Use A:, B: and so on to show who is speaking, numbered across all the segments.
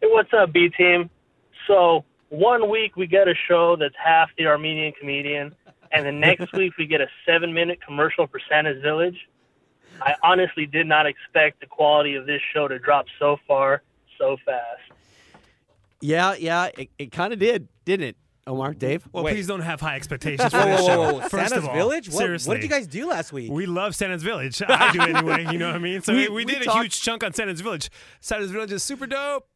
A: Hey, what's up, B team? So one week we get a show that's half the Armenian comedian, and the next week we get a seven-minute commercial for Santa's Village. I honestly did not expect the quality of this show to drop so far, so fast.
B: Yeah, yeah, it, it kind of did, didn't it, Omar, Dave?
C: Well,
D: Wait.
C: Oh, please don't have high expectations for
D: Whoa,
C: this
D: whoa,
C: show.
D: whoa, whoa.
C: First
D: Santa's
C: of all,
D: Village? What,
C: seriously,
D: what did you guys do last week?
C: We love Santa's Village. I do anyway. You know what I mean? So
B: We-
C: we,
B: we
C: we did a
B: talked-
C: huge chunk on Santa's Village. Santa's Village is super dope.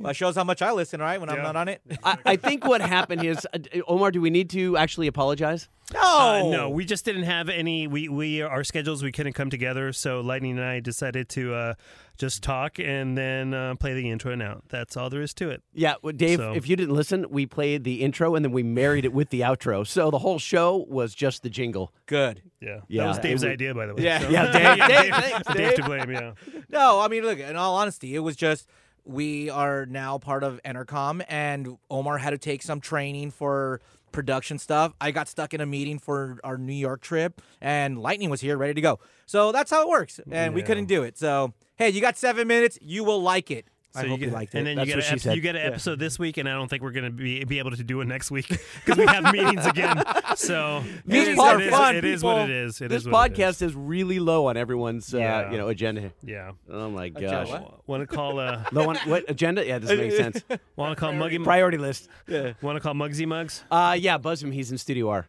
D: Well, it shows how much I listen, all right, when I'm
C: Yeah.
D: not on it.
B: I, I think what happened is, uh, Omar, do we need to actually apologize?
D: No.
C: Uh, no, we just didn't have any. We we our schedules we couldn't come together, so Lightning and I decided to uh, just talk and then uh, play the intro and out. That's all there is to it.
B: Yeah, well, Dave,
C: So-
B: if you didn't listen, we played the intro and then we married it with the outro. So the whole show was just the jingle.
D: Good.
C: Yeah,
B: Yeah,
C: that was
B: it
C: Dave's
B: would-
C: idea, by the way.
D: Yeah.
C: So-
B: Yeah, Dave, Dave, thanks,
C: Dave to blame. Yeah,
D: No, I mean, look, in all honesty, it was just we are now part of Entercom, and Omar had to take some training for production stuff. I got stuck in a meeting for our New York trip, and Lightning was here ready to go. So that's how it works, and we couldn't do it. So, hey, you got seven minutes. You will like it. I hope you liked it.
C: and then
B: That's
C: you
B: what
C: get
B: she
C: an
B: said.
C: you get an episode this week, and I don't think we're gonna be, be able to do it next week because we have meetings again. So
B: These
C: it is,
B: are
C: it is-
B: fun,
C: it is what it
B: people.
C: is. It is
B: this
C: what it
B: podcast
C: is.
B: is. really low on everyone's uh,
C: Yeah.
B: you know agenda.
C: Yeah.
B: Oh my gosh.
D: what?
C: Want to call uh,
B: Low on what agenda? Yeah, doesn't make sense.
C: want to call Muggy?
B: Priority list.
C: Want to call Mugsy Mugs?
B: Uh, yeah, buzz him. He's in Studio R.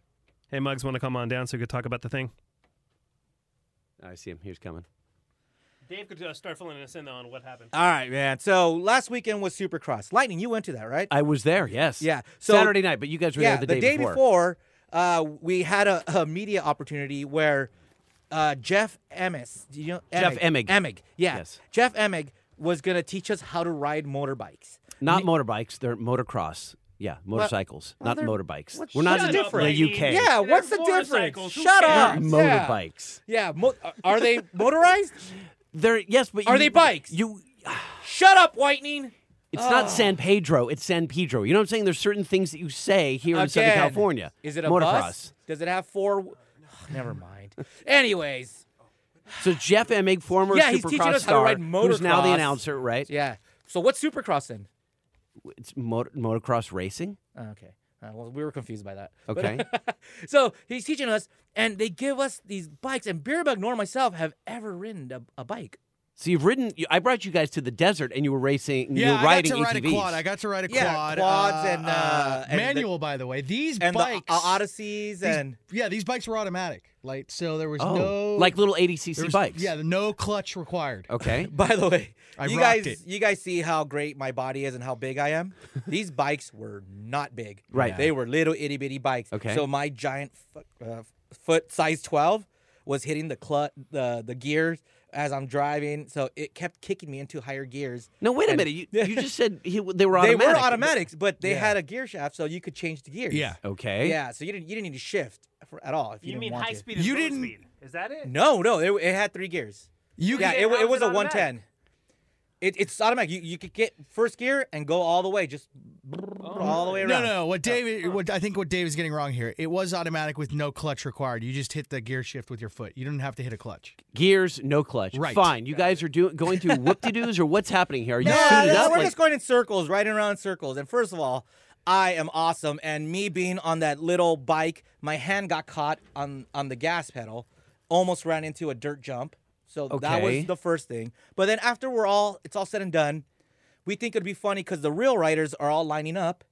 C: Hey Mugs, want to come on down so we could talk about the thing?
B: I see him. He's coming.
C: Dave could uh, start filling us in on what happened.
D: all right, man. So last weekend was Supercross. Lightning, you went to that, right?
B: I was there. Yes.
D: Yeah, so-
B: Saturday night, but you guys were
D: yeah,
B: there the,
D: the day before, uh, we had a, a media opportunity where uh, Jeff Emmis, do you know
B: Jeff Emig.
D: Emig, yeah,
B: Yes.
D: Jeff Emig was gonna teach us how to ride motorbikes.
B: Not motorbikes. They're motocross. Yeah, motorcycles,
D: well,
B: not
D: they're-
B: motorbikes.
D: what's-
B: We're not
D: what's
B: in
D: the
B: the
D: difference?
B: UK.
D: Yeah, what's the difference?
C: motorcycles, who
D: Shut
C: cares?
D: up.
B: They're
D: Yeah.
B: motorbikes.
D: Yeah, mo- are they motorized?
B: They're yes, but
D: Are
B: you-
D: they bikes? Oh.
B: You.
D: Shut up, Whitening.
B: It's not San Pedro. It's San Pedro. You know what I'm saying? There's certain things that you say here in Southern
D: Again.
B: California.
D: Is it a
B: motocross?
D: bus? Does it have four? Ugh, never mind. Anyways,
B: So Jeff Emig, former
D: Yeah,
B: Supercross
D: he's teaching us how to
B: star,
D: ride
B: who's now the
D: motocross.
B: announcer, right?
D: yeah. So what's Supercross then?
B: It's mot- motocross racing.
D: Oh, okay. Uh, well, we were confused by that. But-
B: Okay.
D: so he's teaching us, and they give us these bikes. And Beer Bug nor myself have ever ridden a, a bike.
B: so you've ridden. You, I brought you guys to the desert, and you were racing.
E: Yeah,
B: you were
E: I
B: riding E
E: got to ride
B: ATVs.
E: a quad. I got to ride a
D: Yeah,
E: quad.
D: quads and, uh, and the-
E: manual, by the way. These
D: And
E: bikes,
D: the uh, Odysseys,
E: these-
D: and
E: yeah, these bikes were automatic. Like so, there was
B: oh,
E: no
B: like little
E: there
B: 80cc
E: was-
B: bikes.
E: Yeah, no clutch required.
B: Okay.
D: by the way,
E: I
D: you
E: rocked
D: guys,
E: it.
D: you guys see how great my body is and how big I am. these bikes were not big.
B: Right.
D: They were little itty bitty bikes.
B: Okay.
D: So my giant foot, uh, foot size twelve was hitting the clut the the gears as I'm driving, so it kept kicking me into higher gears.
B: No, wait a
D: And-
B: minute. You, you just said he, they were
D: They
B: automatic.
D: were automatics, but they had a gear shaft, so you could change the gears.
E: Yeah.
B: Okay.
D: Yeah, so you didn't you didn't need to shift for, at all if you, didn't want to.
C: and
E: You low didn't- speed.
C: Is that it?
D: No, no, it, it had three gears.
E: You
D: yeah,
E: could-
D: it, wa-
C: how
D: it
C: is
D: was
C: it
D: a one ten. It, it's automatic. You you could get first gear and go all the way, just
E: Oh.
D: all the way
E: no,
D: around.
E: no, no. What Dave, what I think what Dave is getting wrong here, it was automatic with no clutch required. You just hit the gear shift with your foot. You didn't have to hit a clutch.
B: Gears, no clutch.
E: Right.
B: Fine. You guys are doing going through whoop de doos or what's happening here? Are you
D: Yeah,
B: suited
D: yeah,
B: up?
D: we're
B: Like-
D: just going in circles, right around in circles. And first of all, I am awesome. And me being on that little bike, my hand got caught on on the gas pedal, almost ran into a dirt jump. So that
B: Okay.
D: was the first thing. But then after we're all, it's all said and done, we think it'd be funny because the real riders are all lining up,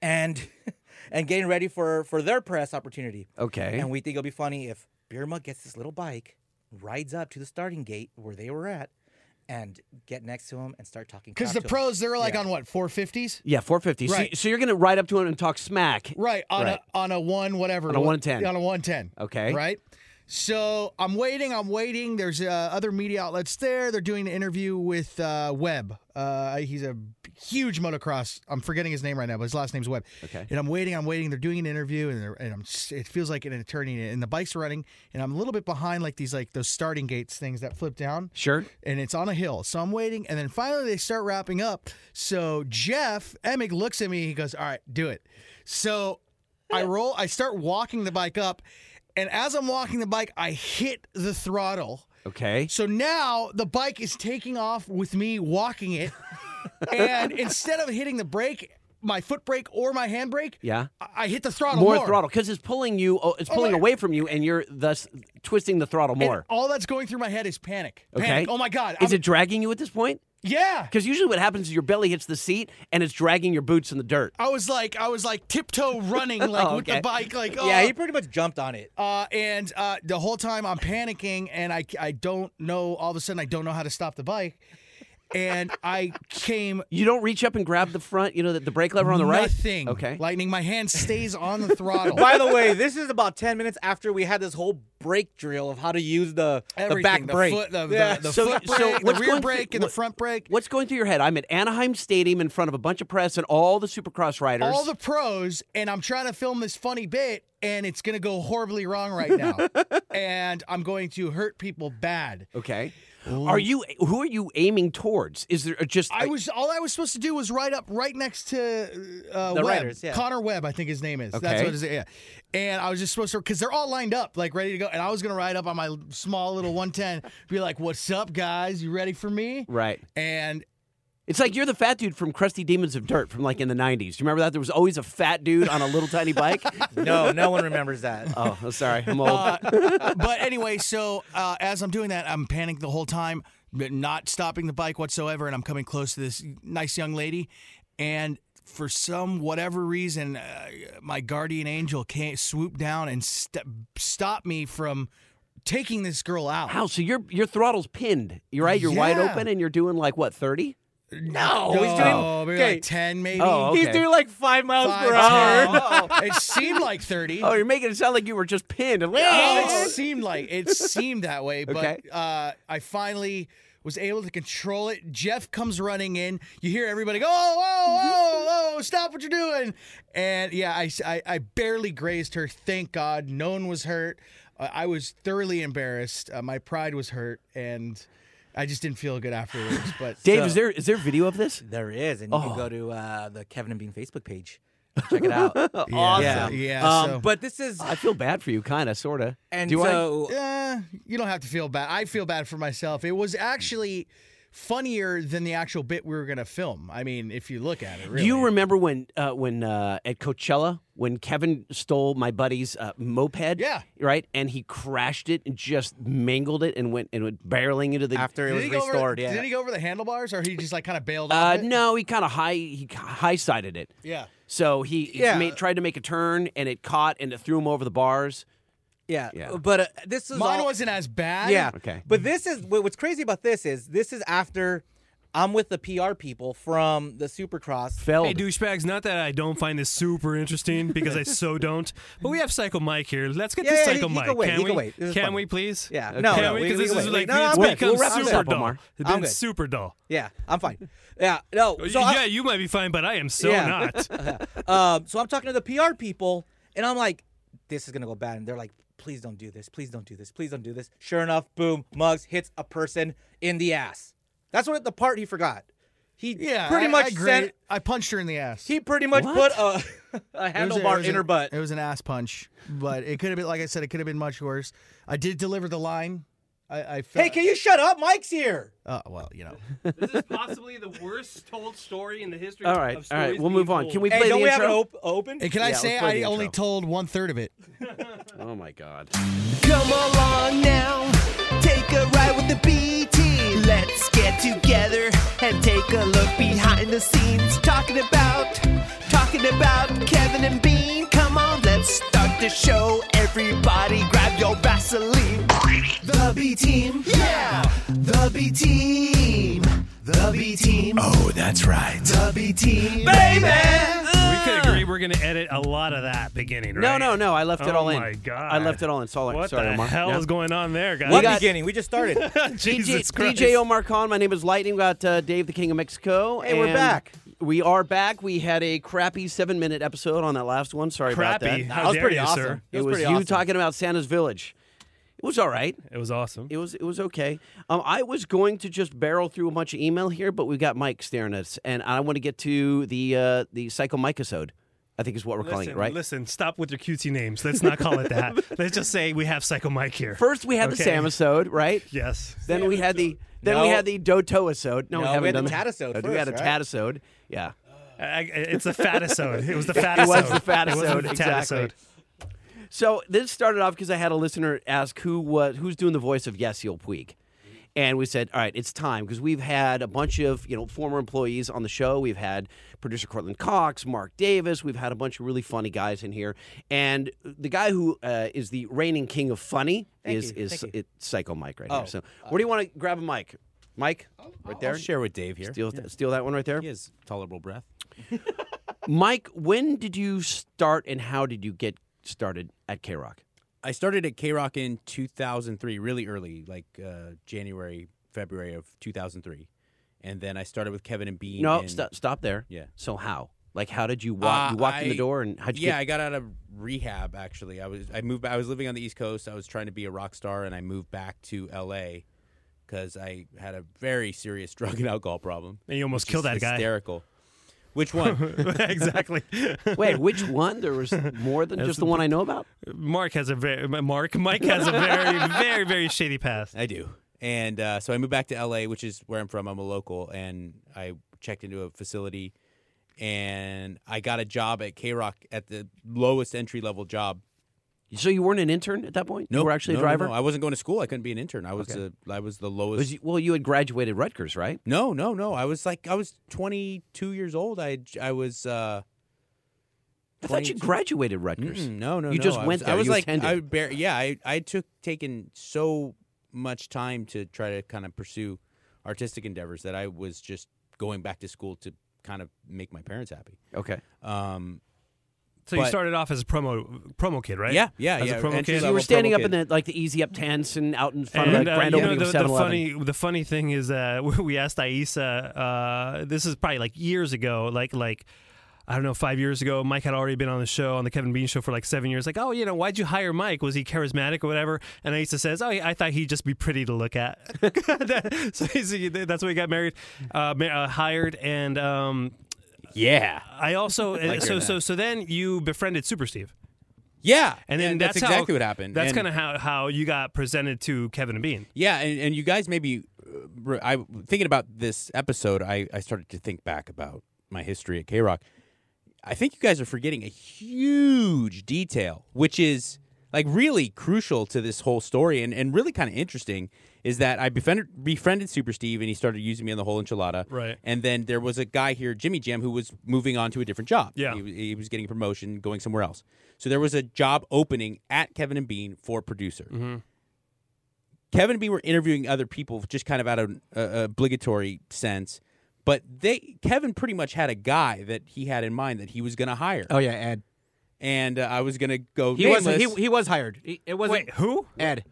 D: and and getting ready for for their press opportunity.
B: okay.
D: And we think it'll be funny if Beer Mug gets this little bike, rides up to the starting gate where they were at, and get next to him and start talking.
E: Because
D: crap
E: the
D: to 'em.
E: pros, they're like
D: Yeah.
E: on what four fifties,
B: yeah, 450. So-
E: Right.
B: So, you're going to ride up to him and talk smack.
E: right? On
B: Right.
E: a on a one whatever
B: On a 110.
E: on a one ten.
B: Okay.
E: right? So I'm waiting. I'm waiting. There's uh, other media outlets there. They're doing an interview with uh, Webb. Uh, he's a huge motocross. I'm forgetting his name right now, but his last name's Webb.
B: Okay.
E: And I'm waiting. I'm waiting. They're doing an interview, and, they're, and I'm. s- It feels like an attorney, and the bike's running, and I'm a little bit behind, like these like those starting gates things that flip down
B: Sure.
E: and it's on a hill. So I'm waiting, and then finally they start wrapping up. So Jeff Emig looks at me. He goes, "All right, do it." So I roll. I start walking the bike up, and as I'm walking the bike, I hit the throttle.
B: Okay.
E: So now the bike is taking off with me walking it. and instead of hitting the brake, my foot brake or my hand brake,
B: Yeah.
E: I, I hit the throttle
B: More,
E: more.
B: throttle because it's pulling you. oh, It's pulling
E: my-
B: away from you, and you're thus twisting the throttle
E: And
B: more.
E: all that's going through my head is panic.
B: Okay.
E: Panic. Oh my God.
B: Is
E: I'm-
B: it dragging you at this point?
E: Yeah.
B: Because usually what happens is your belly hits the seat and it's dragging your boots in the dirt.
E: I was like, I was like tiptoe running, like with
B: okay.
E: the bike, like oh.
D: Yeah, he pretty much jumped on it.
E: uh, and uh, the whole time I'm panicking, and I I don't know. All of a sudden, I don't know how to stop the bike, and I came
B: You don't reach up and grab the front, you know, the, the brake lever on the right.
E: nothing.
B: Okay.
E: lightning. My hand stays on the throttle.
D: By the way, this is about 10 minutes after we had this whole brake drill of how to use the, the
E: Everything,
D: back
E: the
D: brake.
E: foot, the,
D: Yeah.
E: the, the
B: So-
E: foot
B: so
E: brake, the
B: what's
E: rear
B: going through-
E: brake, and the
B: what-
E: front brake.
B: What's going through your head? I'm at Anaheim Stadium in front of a bunch of press and all the Supercross riders.
E: All the pros, and I'm trying to film this funny bit, and it's gonna go horribly wrong right now, and I'm going to hurt people bad.
B: okay. Are you? Who are you aiming towards? Is there uh, just?
E: I was all I was supposed to do was write up right next to uh,
D: The
E: Webb.
D: writers, yeah.
E: Connor Webb, I think his name is. That's
B: Okay.
E: what it is. Yeah, and I was just supposed to because they're all lined up, like ready to go, and I was gonna ride up on my small little 110, be like, "What's up, guys? You ready for me?"
B: right.
E: And
B: It's like you're the fat dude from Krusty Demons of Dirt from like in the '90s. Do you remember that? There was always a fat dude on a little tiny bike.
D: no, no one remembers that. Uh,
B: Oh, I'm sorry, I'm old.
E: Uh, but anyway, so uh, as I'm doing that, I'm panicked the whole time, but not stopping the bike whatsoever, and I'm coming close to this nice young lady, and for some whatever reason, uh, my guardian angel came swooped down and st- stopped me from taking this girl out.
B: How? So your your throttle's pinned. You're right. You're wide
E: Yeah.
B: open, and you're doing like what? Thirty?
D: No,
E: Oh,
D: he's doing
E: maybe
D: okay.
E: like ten, maybe.
B: Oh, okay.
D: He's doing like five miles
E: Five,
D: per hour.
E: 10. it seemed like thirty.
B: Oh, you're making it sound like you were just pinned.
E: Oh, it seemed like it seemed that way, but
B: Okay.
E: uh, I finally was able to control it. Jeff comes running in. You hear everybody go, "Oh, oh, oh, oh! Stop what you're doing!" And yeah, I, I, I barely grazed her. Thank God, no one was hurt. Uh, I was thoroughly embarrassed. Uh, my pride was hurt, and I just didn't feel good afterwards. But
B: Dave, is there is there video of this?
D: There is, and you can go to uh, the Kevin and Bean Facebook page. Check it out.
E: Yeah,
D: awesome.
E: yeah,
D: Um,
E: so-
D: But this is
B: I feel bad for you, kind of, sort of.
D: and
B: Do I?
D: so
E: Uh, you don't have to feel bad. I feel bad for myself. It was actually funnier than the actual bit we were gonna film. I mean, if you look at it, really.
B: Do you remember when uh, when uh, at Coachella when Kevin stole my buddy's uh, moped?
E: Yeah.
B: Right, and he crashed it and just mangled it and went and went barreling into the.
D: after it
E: Did
D: was
E: he go over-
D: restored, yeah.
E: Did he go over the handlebars, or he just like kind of bailed?
B: uh,
E: off it?
B: no, he kind of high he high sided it.
E: Yeah.
B: So he, he
D: Yeah.
B: made, tried to make a turn and it caught and it threw him over the bars.
D: yeah.
B: Yeah.
D: But uh, this is
E: Mine
D: all,
E: wasn't as bad.
D: Yeah.
B: Okay.
D: But this is what- what's crazy about this is this is after I'm with the PR people from the Supercross.
B: Fell.
C: Hey, douchebags, not that I don't find this super interesting because I so don't, but we have Psycho Mike here. Let's get
D: Yeah,
C: to
D: yeah, he-
C: Psycho
D: he
C: Mike.
D: can wait,
C: can
D: he
C: we?
D: can wait. This is
C: Can
D: fun.
C: we please?
D: Yeah.
B: Okay.
D: No,
C: Can
D: no,
C: we?
D: we
C: Because
D: can- we
C: this
D: can
C: is
D: wait.
C: like
D: No, no,
C: it's
D: I'm good.
C: become
B: We'll wrap
C: super
B: this up,
C: dull.
B: Omar.
C: It's
D: I'm
C: been
D: good.
C: super dull.
D: Yeah, I'm fine. Yeah, no. So I-
C: yeah, Oh, you might be fine, but I am so
D: Yeah.
C: not.
D: Um, so I'm talking to the PR people, and I'm like, this is gonna go bad. And they're like, please don't do this, please don't do this, please don't do this. Sure enough, boom, Muggs hits a person in the ass. That's what the part he forgot. He
E: Yeah.
D: pretty
E: I-
D: much
E: I agree.
D: sent.
E: I punched her in the ass.
D: He pretty much
B: What?
D: put a, a
E: It was a- it
D: handlebar
E: was
D: in
E: a-
D: her butt.
E: It was an ass punch, but it could have been. Like I said, it could have been much worse. I did deliver the line. I, I felt,
D: Hey, can you shut up? Mike's here.
E: Uh, well, you know.
F: This is possibly the worst told story in the history.
B: All right,
F: of
B: all right,
F: stories
B: we'll
F: being
B: move on.
F: told.
B: Can we play
D: Hey, don't
B: the
D: we have
B: intro?
D: it op- open?
E: And can I
B: Yeah,
E: say
B: let's play
E: I
B: the
E: only
B: intro.
E: told one third of it?
B: Oh my god.
G: Come along now, take a ride with the BT. Let's get together and take a look behind the scenes. Talking about, talking about Kevin and Bean. Come on, let's start the show. Everybody grab your Vaseline. The B team, yeah! The B team, the B team. Oh, that's right. The B team, baby!
C: We could agree we're going to edit a lot of that beginning, right?
B: No, no, no. I left it
C: Oh
B: all in.
C: my God.
B: I left it all in. It's all in.
C: What
B: Sorry,
C: the
B: Omar.
C: hell
B: No.
C: is going on there, guys?
D: What
B: got-
D: beginning? We just started.
C: Jesus
B: DJ,
C: Christ.
B: DJ Omar Khan. My name is Lightning. We got uh, Dave, the King of Mexico.
D: Hey, we're
B: and
D: back.
B: We are back. We had a crappy seven-minute episode on that last one. Sorry about
C: Crappy.
B: that.
C: How
D: That was
C: dare
D: pretty
C: you,
D: awesome.
C: sir?
B: It
D: It was
B: was
D: pretty
B: you
D: awesome.
B: talking about Santa's Village. It was all right.
C: It was awesome.
B: It was it was okay. Um, I was going to just barrel through a bunch of email here, but we've got Mike staring at us, and I want to get to the uh, the Psycho Mike episode. I think is what we're calling it,
C: Listen,
B: right?
C: listen, stop with your cutesy names. Let's not call it that. Let's just say we have Psycho Mike here.
B: First, we had the
C: Okay.
B: Samasode, right?
C: yes.
B: Then we had the then we
D: No.
B: had the Dotoisode. No,
D: No,
B: we
D: we
B: haven't
D: had the
B: done that.
D: Tatisode
B: Uh, We had a
D: first, right?
B: Tatisode. Yeah.
C: I- I- it's the fatisode. It was the fatisode.
B: It was the
C: It wasn't
B: Fatisode.
C: the
B: Exactly.
C: tatisode.
B: So this started off because I had a listener ask who was who's doing the voice of Yasiel Puig. And we said, all right, it's time because we've had a bunch of you know former employees on the show. We've had producer Cortland Cox, Mark Davis. We've had a bunch of really funny guys in here. And the guy who uh, is the reigning king of funny is
D: you, Oh.
B: is
D: thank
B: it, Psycho Mike right here. So where do you want to grab a mic, Mike? Right there.
H: I'll share with Dave here.
B: Steal, steal that one right there.
H: He has tolerable breath.
B: Mike, when did you start and how did you get started at K Rock?
H: I started at K Rock in 2003, really early, like uh, January, February of 2003, and then I started with Kevin and Bean.
B: No,
H: and-
B: stop, stop there.
H: Yeah.
B: So how? Like, how did you walk?
H: Uh,
B: you walked in the
H: I-
B: door, and how'd you?
H: yeah,
B: get,
H: I got out of rehab. Actually, I was I moved. back- I was living on the East Coast. I was trying to be a rock star, and I moved back to L.A. because I had a very serious drug and alcohol problem.
C: And you almost
H: which is
C: killed that guy.
H: Hysterical. Which one?
C: exactly.
B: wait, which one? There was more than just the one I know about.
C: Mark has a very Mark Mike has a very very very shady past.
H: I do. And uh, so I moved back to LA, which is where I'm from. I'm a local, and I checked into a facility, and I got a job at K Rock at the lowest entry level job.
B: So you weren't an intern at that point. you were actually
H: no,
B: a
H: no,
B: driver.
H: No, I wasn't going to school. I couldn't be an intern. I was
B: Okay.
H: the I was the lowest.
B: Was you- well, you had graduated Rutgers, right?
H: no, no, no. I was like I was 22 years old. I I was. Uh,
B: I thought you
H: 22.
B: graduated Rutgers.
H: Mm-mm, no, no,
B: You
H: no.
B: just
H: I
B: went
H: was,
B: there.
H: I was
B: You
H: like,
B: attended.
H: I bar- yeah, I I took taken so much time to try to kind of pursue artistic endeavors that I was just going back to school to kind of make my parents happy.
B: Okay.
H: Um,
C: So you
H: But-
C: started off as a promo promo kid, right?
H: Yeah, yeah,
C: as
H: yeah.
C: A promo
H: Entry
C: kid.
B: You
H: level.
B: were
H: Well,
B: standing
H: promo
B: up in the
H: kid.
B: like the easy up tents and out in front of
C: And
B: the
C: uh,
B: grand
C: you know,
B: opening
C: the,
B: of
C: the
B: 7
C: funny the funny thing is uh, we- we asked Aisa. Uh, this is probably like years ago, like like. I don't know, five years ago, Mike had already been on the show, on the Kevin Bean show for like seven years. Like, oh, you know, why'd you hire Mike? Was he charismatic or whatever? And Aisa says, oh, I thought he'd just be pretty to look at. so he's, that's why he got married, uh, ma- uh, hired. And um,
H: yeah,
C: I also, uh, so,
H: hearing
C: so,
H: that.
C: so then you befriended Super Steve.
H: yeah.
C: And then
H: that's,
C: that's, how-
H: exactly what happened.
C: That's
H: And-
C: kind of how, how you got presented to Kevin and Bean.
H: Yeah, and, and you guys maybe uh, re- I thinking about this episode, I, I started to think back about my history at K Rock. I think you guys are forgetting a huge detail, which is like really crucial to this whole story and, and really kind of interesting is that I befriended befriended Super Steve and he started using me on the whole enchilada.
C: Right.
H: And then there was a guy here, Jimmy Jim, who was moving on to a different job.
C: Yeah.
H: He, was- he was getting a promotion, going somewhere else. So there was a job opening at Kevin and Bean for
C: Mm-hmm.
H: producer. Kevin and me were interviewing other people just kind of out of an uh, obligatory sense, but they Kevin pretty much had a guy that he had in mind that he was going to hire,
D: Oh yeah, Ed.
H: and uh, I was going to go.
D: He was
H: nameless.
D: he, he was hired. He, it wasn't
C: Wait, who?
D: Ed.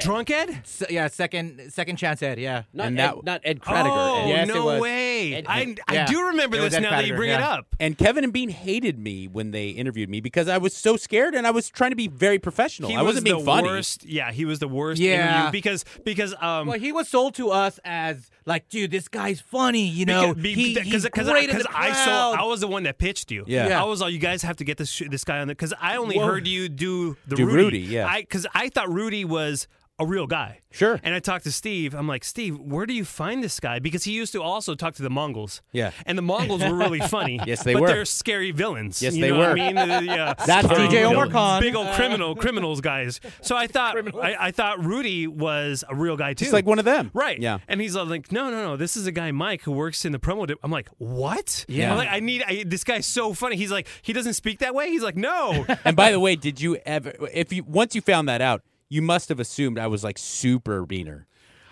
C: Drunk Ed?
D: S- yeah, second second chance Ed. Yeah.
B: Not
H: and
B: Ed,
H: that-
B: not Ed Cradiger.
C: Oh,
B: Ed.
D: Yes, it
C: no
D: was.
C: way.
B: Ed-
C: I, I
D: yeah.
C: do remember
D: It was
C: this
D: Ed
C: now that you
D: Cradiger,
C: bring it
D: yeah.
C: up.
H: and Kevin and Bean hated me when they interviewed me because I was so scared and I was trying to be very professional.
C: He
H: I
C: was
H: wasn't being
C: the
H: funny.
C: worst. Yeah, he was the worst
D: Yeah.
C: interview because because um
D: Well, he was sold to us as like, dude, this guy's funny. You know,
C: Because- be-
D: he,
C: because-
D: he's
C: because-
D: great in
C: because
D: the
C: I saw
D: crowd.
C: I was the one that pitched you.
H: Yeah. Yeah.
C: I was all you guys have to get this sh- this guy on the because I only heard you do the
H: Do
C: Rudy.
H: Rudy, yeah.
C: I because I thought Rudy was a real guy.
H: Sure.
C: And I talked to Steve. I'm like, Steve, where do you find this guy? Because he used to also talk to the Mongols.
H: Yeah.
C: And the Mongols were really funny.
H: Yes, they
C: but
H: were.
C: They're scary villains.
H: Yes,
C: you
H: they
C: know what
H: were.
C: I mean, Uh, yeah.
H: That's
C: Um,
D: DJ Omar
C: villains.
D: Khan.
C: Big old criminal criminals guys. So I thought I, I thought Rudy was a real guy too.
H: Just like one of them,
C: Right.
H: Yeah.
C: And he's all like, no, no, no. This is a guy, Mike, who works in the promo. De-. I'm like, what?
H: Yeah.
C: I'm like, I need I, this guy's so funny. He's like, he doesn't speak that way. He's like, no.
H: And by the way, did you ever? If you once you found that out, you must have assumed I was like super beaner,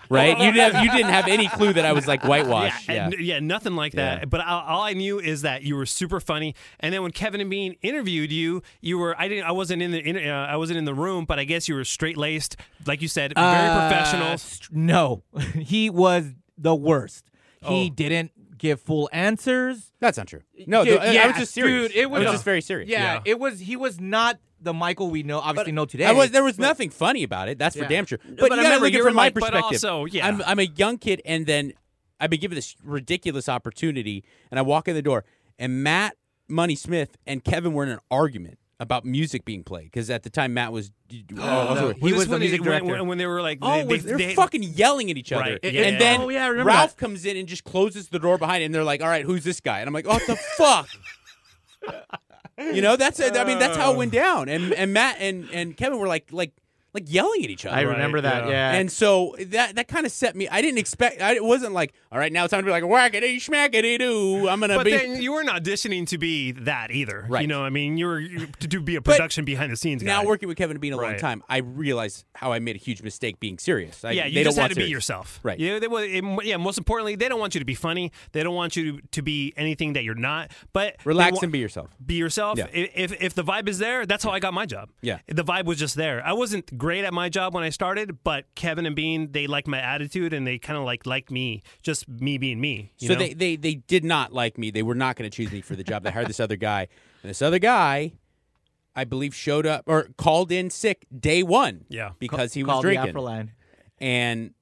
H: right? you didn't have you didn't have any clue that I was like whitewash.
C: yeah, and- yeah, nothing like that.
H: Yeah.
C: But all, all I knew is that you were super funny. And then when Kevin and Bean interviewed you, you were I didn't I wasn't in the in, uh, I wasn't in the room, but I guess you were straight laced, like you said, very
D: Uh,
C: professional.
D: st- No, he was the worst. He didn't give full answers.
H: That's not true. No,
D: Dude,
H: th- I- I was just serious.
D: Dude, it was,
H: I was just very serious.
D: Yeah,
C: Yeah.
D: it was. He was not the Michael we know, obviously know today.
H: I was. There was nothing funny about it. That's for
D: Yeah.
H: damn sure. But,
B: but
H: you
B: I
H: gotta
B: remember
H: look at
B: you
H: it
B: were
H: from my
B: like,
C: but
H: perspective.
C: also, yeah.
H: I'm, I'm a young kid, and then I've been given this ridiculous opportunity, and I walk in the door, and Matt Money Smith and Kevin were in an argument about music being played because at the time Matt was oh, he
C: Was
H: was,
C: Uh, this
H: the
C: when they-
H: music
C: when-
H: director.
C: When, when they were like,
H: Oh,
C: they,
H: was-
C: they,
H: they're
C: they-
H: fucking yelling at each other,
C: Right. It-
H: and
C: it-
H: then
C: oh, yeah, I remember
H: Ralph comes in and just closes the door behind, him. they're like, "All right, who's this guy?" And I'm like, "Oh, what the fuck." you know, that's it. I mean, that's how it
C: Oh.
H: went down. And and Matt and and Kevin were like like like yelling at each other.
G: I remember that,
C: yeah.
G: yeah.
H: And so that that kind of set me. I didn't expect. I it wasn't like, all right, now it's time to be like whackity schmackity doo. I'm gonna
C: But
H: be.
C: then you weren't auditioning to be that either,
H: Right.
C: You know, I mean, you were you- to do be a
H: But
C: production behind the scenes guy.
H: now working with Kevin and being a long
C: Right.
H: time, I realize how I made a huge mistake being serious. I,
C: yeah, you
H: they
C: just
H: don't
C: had
H: want
C: to be
H: serious.
C: yourself,
H: Right.
C: You know, they, well, it- yeah. Most importantly, they don't want you to be funny. They don't want you to be anything that you're not. But they
H: Relax
C: wa-
H: and be yourself.
C: be yourself.
H: Yeah.
C: I- If if the vibe is there, that's how I got my job.
H: Yeah.
C: the vibe was just there. I wasn't great at my job when I started, but Kevin and Bean they liked my attitude and they kind of like liked me, just me being me. you
H: so
C: know?
H: they, they they did not like me. They were not going to choose me for the job. They hired this other guy, and this other guy, I believe, showed up or called in sick day one.
C: Yeah.
H: because he was
D: Called the
H: drinking,
D: Afroline.
H: and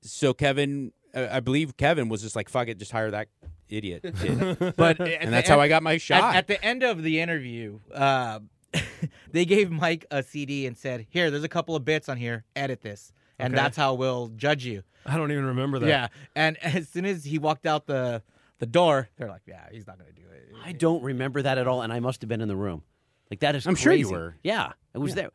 H: so Kevin, uh, I believe Kevin was just like, "Fuck it, just hire that idiot." Kid.
D: But
H: and that's how I got my shot.
I: At, at the end of the interview, uh, they gave Mike a CD and said, "Here, there's a couple of bits on here. Edit this, and
C: Okay.
I: that's how we'll judge you."
C: I don't even remember that.
I: Yeah. And as soon as he walked out the the door, they're like, "Yeah, he's not gonna do it."
B: I don't remember that at all, and I must have been in the room. Like that is.
H: I'm sure you
B: crazy.
H: were.
B: Yeah, I was there.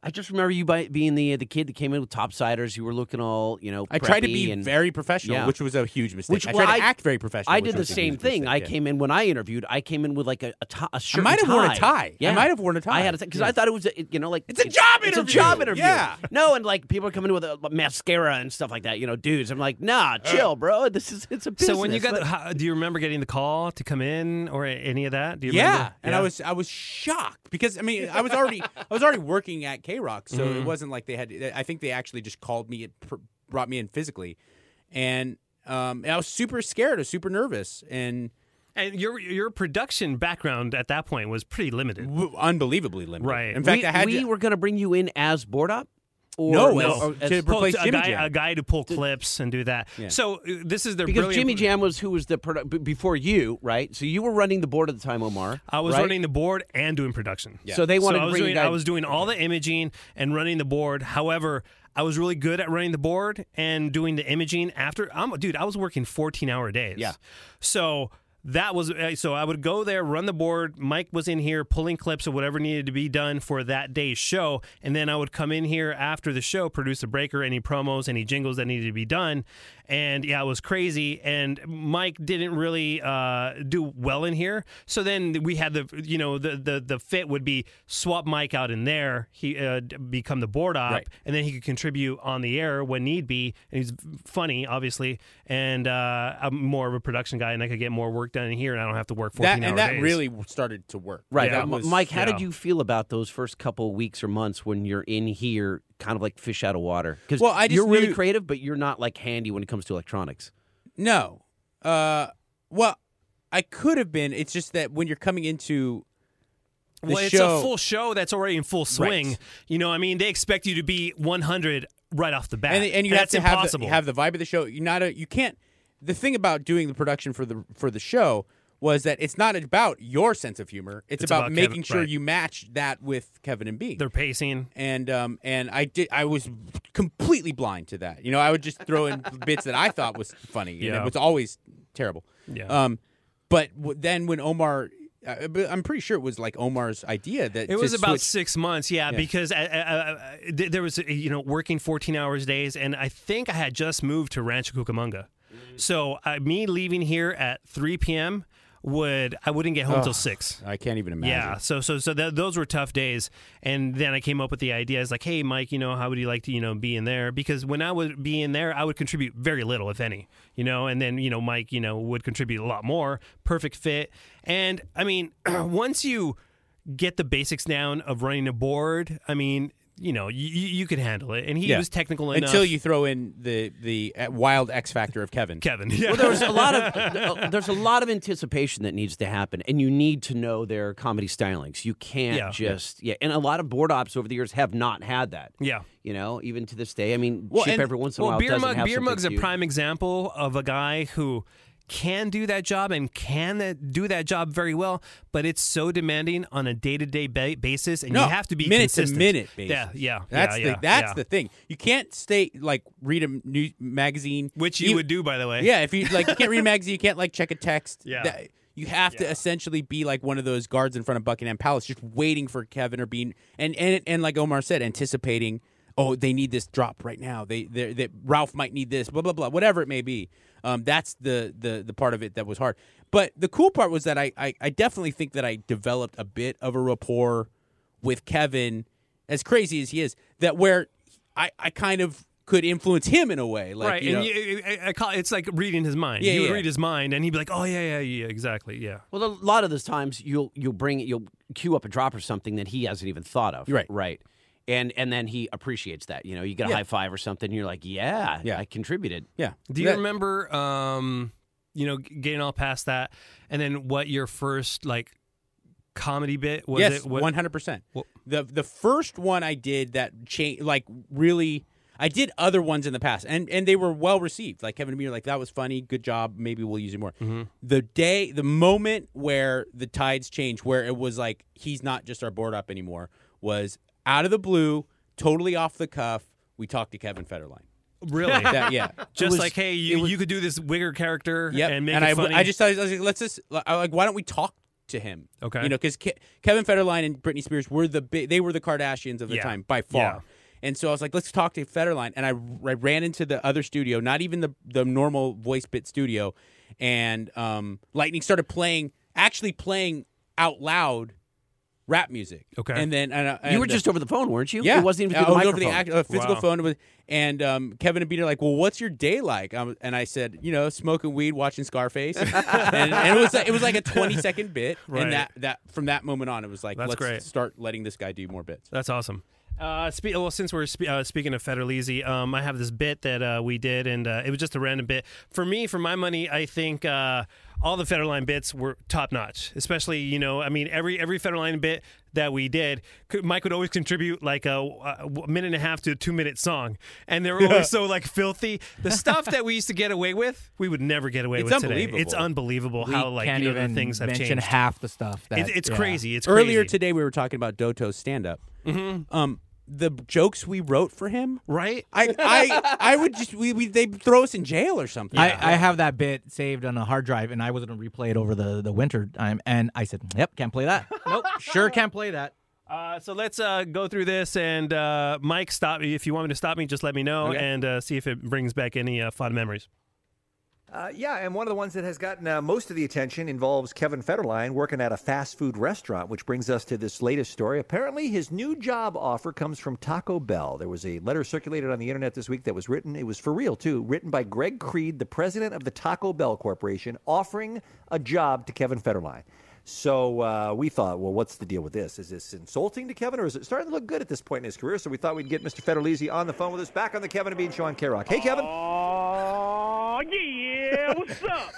B: I just remember you by being the the kid that came in with topsiders. You were looking all you know.
H: I tried to be
B: preppy and,
H: very professional,
B: Yeah.
H: which was a huge mistake.
B: Which-
H: I
B: well,
H: tried to
B: I-
H: act very professional.
B: I
H: which
B: did the
H: was a
B: same
H: huge
B: thing.
H: mistake,
B: I
H: yeah.
B: came in when I interviewed. I came in with like a a, to- a shirt. and
H: might have worn a tie. I
B: Yeah.
H: might have worn a tie.
B: I had a because
H: Yeah.
B: I thought it was a, it- you know like
H: It's a job
B: It's a
H: interview.
B: job interview.
H: Yeah.
B: No, and like people are coming in with a, mascara and stuff like that. You know, dudes. I'm like, nah, chill, bro. This is it's a business.
C: So when you got,
B: Let-
C: the, how, do you remember getting the call to come in or a- any of that? Do you
H: yeah,
C: remember?
H: and I was I was shocked because I mean I was already I was already working at K Rock, so it wasn't like they had. I think they actually just called me, and pr- brought me in physically, and um, and I was super scared, I was super nervous, and
C: And your your production background at that point was pretty limited.
H: w- unbelievably limited.
C: Right.
H: In fact,
B: we,
H: I had
B: we
H: to,
B: were going to bring you in as board up. Or
H: No,
B: or-
H: as-
B: or
H: to
B: as-
H: br- replace
C: a,
H: Jimmy
C: guy,
H: Jam.
C: a guy to pull clips and do that.
H: Yeah.
C: So uh, this is their
B: because
C: brilliant-
B: Jimmy Jam was who was the produ- b- before you, right? So you were running the board at the time, Omar.
C: I was
B: right?
C: running the board and doing production.
B: So they wanted
C: so I
B: to
C: was
B: bring
C: doing,
B: a guy.
C: I was doing all the imaging and running the board. However, I was really good at running the board and doing the imaging after. I'm dude. I was working 14 hour days.
B: Yeah.
C: So that was uh, so I would go there, run the board. Mike was in here pulling clips of whatever needed to be done for that day's show, and then I would come in here after the show, produce a breaker, any promos, any jingles that needed to be done. And yeah, it was crazy. And Mike didn't really uh, do well in here. So then we had the you know the the the fit would be swap Mike out in there. He uh, d- become the board op,
H: Right.
C: and then he could contribute on the air when need be. And he's funny, obviously, and uh, I'm more of a production guy, and I could get more work done in here, and I don't have to work 14
H: that
C: hour
H: and that
C: days.
H: really started to work.
B: Right, Uh,
C: Yeah.
H: That was-
B: Mike. How did
C: yeah.
B: you feel about those first couple weeks or months when you're in here, kind of like fish out of water? Because
H: Well, I just
B: you're really
H: knew-
B: creative, but you're not like handy when it comes to electronics.
H: No. Uh, well, I could have been. It's just that when you're coming into the
C: well, it's
H: show-
C: a full show that's already in full swing.
H: Right.
C: You know, I mean, they expect you to be 100 right off the bat,
H: and, and you
C: that's
H: have to have the,
C: impossible.
H: have the vibe of the show. You not a, you can't. The thing about doing the production for the for the show was that it's not about your sense of humor. It's,
C: It's
H: about,
C: about
H: making
C: Kevin-
H: sure
C: right.
H: you match that with Kevin and B.
C: Their pacing.
H: and um and I did I was completely blind to that. You know, I would just throw in bits that I thought was funny, and
C: Yeah.
H: it was always terrible.
C: Yeah.
H: Um, but w- then when Omar, uh, but I'm pretty sure it was like Omar's idea that
C: It
H: to
C: was about
H: switch-
C: six months, yeah, because I, I, I- I- th- there was uh, you know working fourteen hours days, and I think I had just moved to Rancho Cucamonga,
H: Mm.
C: so uh, me leaving here at three p.m. would I wouldn't get home till six.
H: I can't even imagine.
C: Yeah, so so so th- those were tough days, and then I came up with the idea. I was like, hey, Mike, you know, how would you like to you know be in there? Because when I would be in there, I would contribute very little, if any, you know, and then you know Mike, you know, would contribute a lot more. Perfect fit, and I mean, once you get the basics down of running a board, I mean. You know, you, you you could handle it, and he
H: Yeah.
C: was technical enough.
H: until you throw in the the uh, wild X factor of Kevin.
C: Kevin, yeah.
B: Well, there's a lot of uh, there's a lot of anticipation that needs to happen, and you need to know their comedy stylings. You can't
C: Yeah.
B: just yeah. And a lot of board ops over the years have not had that.
C: Yeah.
B: you know, even to this day. I mean,
H: Well,
B: Chip
H: and-
B: every once in a
C: well,
B: while
C: beer
B: doesn't
C: mug,
B: have
C: beer
B: something
C: mug's a
B: huge.
C: prime example of a guy who can do that job and can that, do that job very well, but it's so demanding on a day to day basis, and
H: No,
C: you have to be
H: minute
C: consistent.
H: to minute. Basis.
C: Yeah, yeah,
H: That's
C: yeah,
H: the
C: yeah,
H: that's
C: yeah.
H: the thing. You can't stay like read a new magazine,
C: which you
H: Even-
C: would do, by the way.
H: Yeah, if you like, you can't read a magazine. You can't like check a text.
C: Yeah.
H: That- you have to essentially be like one of those guards in front of Buckingham Palace, just waiting for Kevin or Bean, and and and like Omar said, anticipating. Oh, they need this drop right now. They they that Ralph might need this. Blah blah blah. Whatever it may be. Um, that's the the the part of it that was hard. But the cool part was that I I, I definitely think that I developed a bit of a rapport with Kevin, as crazy as he is. That where I I kind of could influence him in a way. Like,
C: right,
H: You know,
C: and you, I, I- I call, it's like reading his mind.
H: Yeah,
C: you would
H: yeah.
C: read his mind, and he'd be like, "Oh yeah, yeah, yeah, exactly, yeah."
B: Well, a lot of those times you'll you'll bring you'll queue up a drop or something that he hasn't even thought of.
H: Right.
B: Right. And and then he appreciates that. You know, you get a
H: Yeah.
B: high five or something. You're like, yeah,
H: Yeah.
B: I contributed.
H: yeah.
C: Do you
H: That-
C: remember, um, you know, g- getting all past that, and then what your first like comedy bit was?
H: yes,
C: it what,
H: one hundred percent.
C: What-
H: The the first one I did that change, like really, I did other ones in the past, and and they were well received. Like Kevin and me were like, "That was funny, good job. Maybe we'll use it more."
C: Mm-hmm.
H: The day, the moment where the tides changed, where it was like he's not just our board up anymore, was out of the blue, totally off the cuff. We talked to Kevin Federline.
C: Really?
H: That yeah.
C: Just
B: was-
C: like, hey, you, you could do this wigger character
H: Yep.
C: and make
H: and
C: it
H: I,
C: funny.
H: I just I was like, let's just I- like why don't we talk to him?
C: Okay.
H: You know, because Ke- Kevin Federline and Britney Spears were the big, they were the Kardashians of the
C: Yeah.
H: time by
C: Yeah.
H: far. And so I was like, let's talk to Federline. And I, I ran into the other studio, not even the the normal voice bit studio, and um, Lightning started playing, actually playing out loud rap music.
C: Okay.
H: And then and, I-
B: You were
H: and, uh,
B: just over the phone, weren't you?
H: yeah,
B: It wasn't even
H: I
B: through the
H: was
B: microphone.
H: over the act- uh, physical
C: Wow.
H: phone. With, and um, Kevin and Bean are like, "Well, what's your day like?" Um, and I said, "You know, smoking weed, watching Scarface." and, and it was like, it was like a twenty second bit,
C: Right.
H: and that that from that moment on, it was like,
C: That's
H: let's
C: great.
H: start letting this guy do more bits.
C: That's awesome. Uh, spe- well, since we're spe- uh, speaking of Federlisi, um, I have this bit that uh, we did, and uh, it was just a random bit. For me, for my money, I think uh, all the Federline bits were top notch. Especially, you know, I mean, every every Federline bit that we did, could, Mike would always contribute like a, a minute and a half to a two minute song, and they were always so like filthy. The stuff that we used to get away with, we would never get away
H: It's
C: with today.
H: unbelievable.
C: It's unbelievable
D: We
C: how like
D: can't
C: you know, the
D: even
C: things have
D: mention
C: changed.
D: half the stuff. That,
C: It's- it's
D: yeah.
C: crazy. It's
H: Earlier
C: crazy.
H: today, we were talking about Doto's stand up. Mm-hmm. Um, the jokes we wrote for him,
C: right?
H: I I I would just we, we they throw us in jail or something.
D: I, I have that bit saved on a hard drive, and I was going to replay it over the, the winter time. And I said, "Yep, can't play that. nope, sure can't play that."
C: Uh, so let's uh, go through this, and uh, Mike, stop me if you want me to stop me. Just let me know,
H: Okay.
C: and uh, see if it brings back any uh, fond memories.
J: Uh, yeah, and one of the ones that has gotten uh, most of the attention involves Kevin Federline working at a fast food restaurant, which brings us to this latest story. Apparently, his new job offer comes from Taco Bell. There was a letter circulated on the internet this week that was written, it was for real too, written by Greg Creed, the president of the Taco Bell Corporation, offering a job to Kevin Federline. So uh, we thought, well, what's the deal with this? Is this insulting to Kevin, or is it starting to look good at this point in his career? So we thought we'd get Mr. Federlisi on the phone with us, back on the Kevin and Bean Show on K Rock. Hey, Kevin.
K: Oh, yeah. What's up?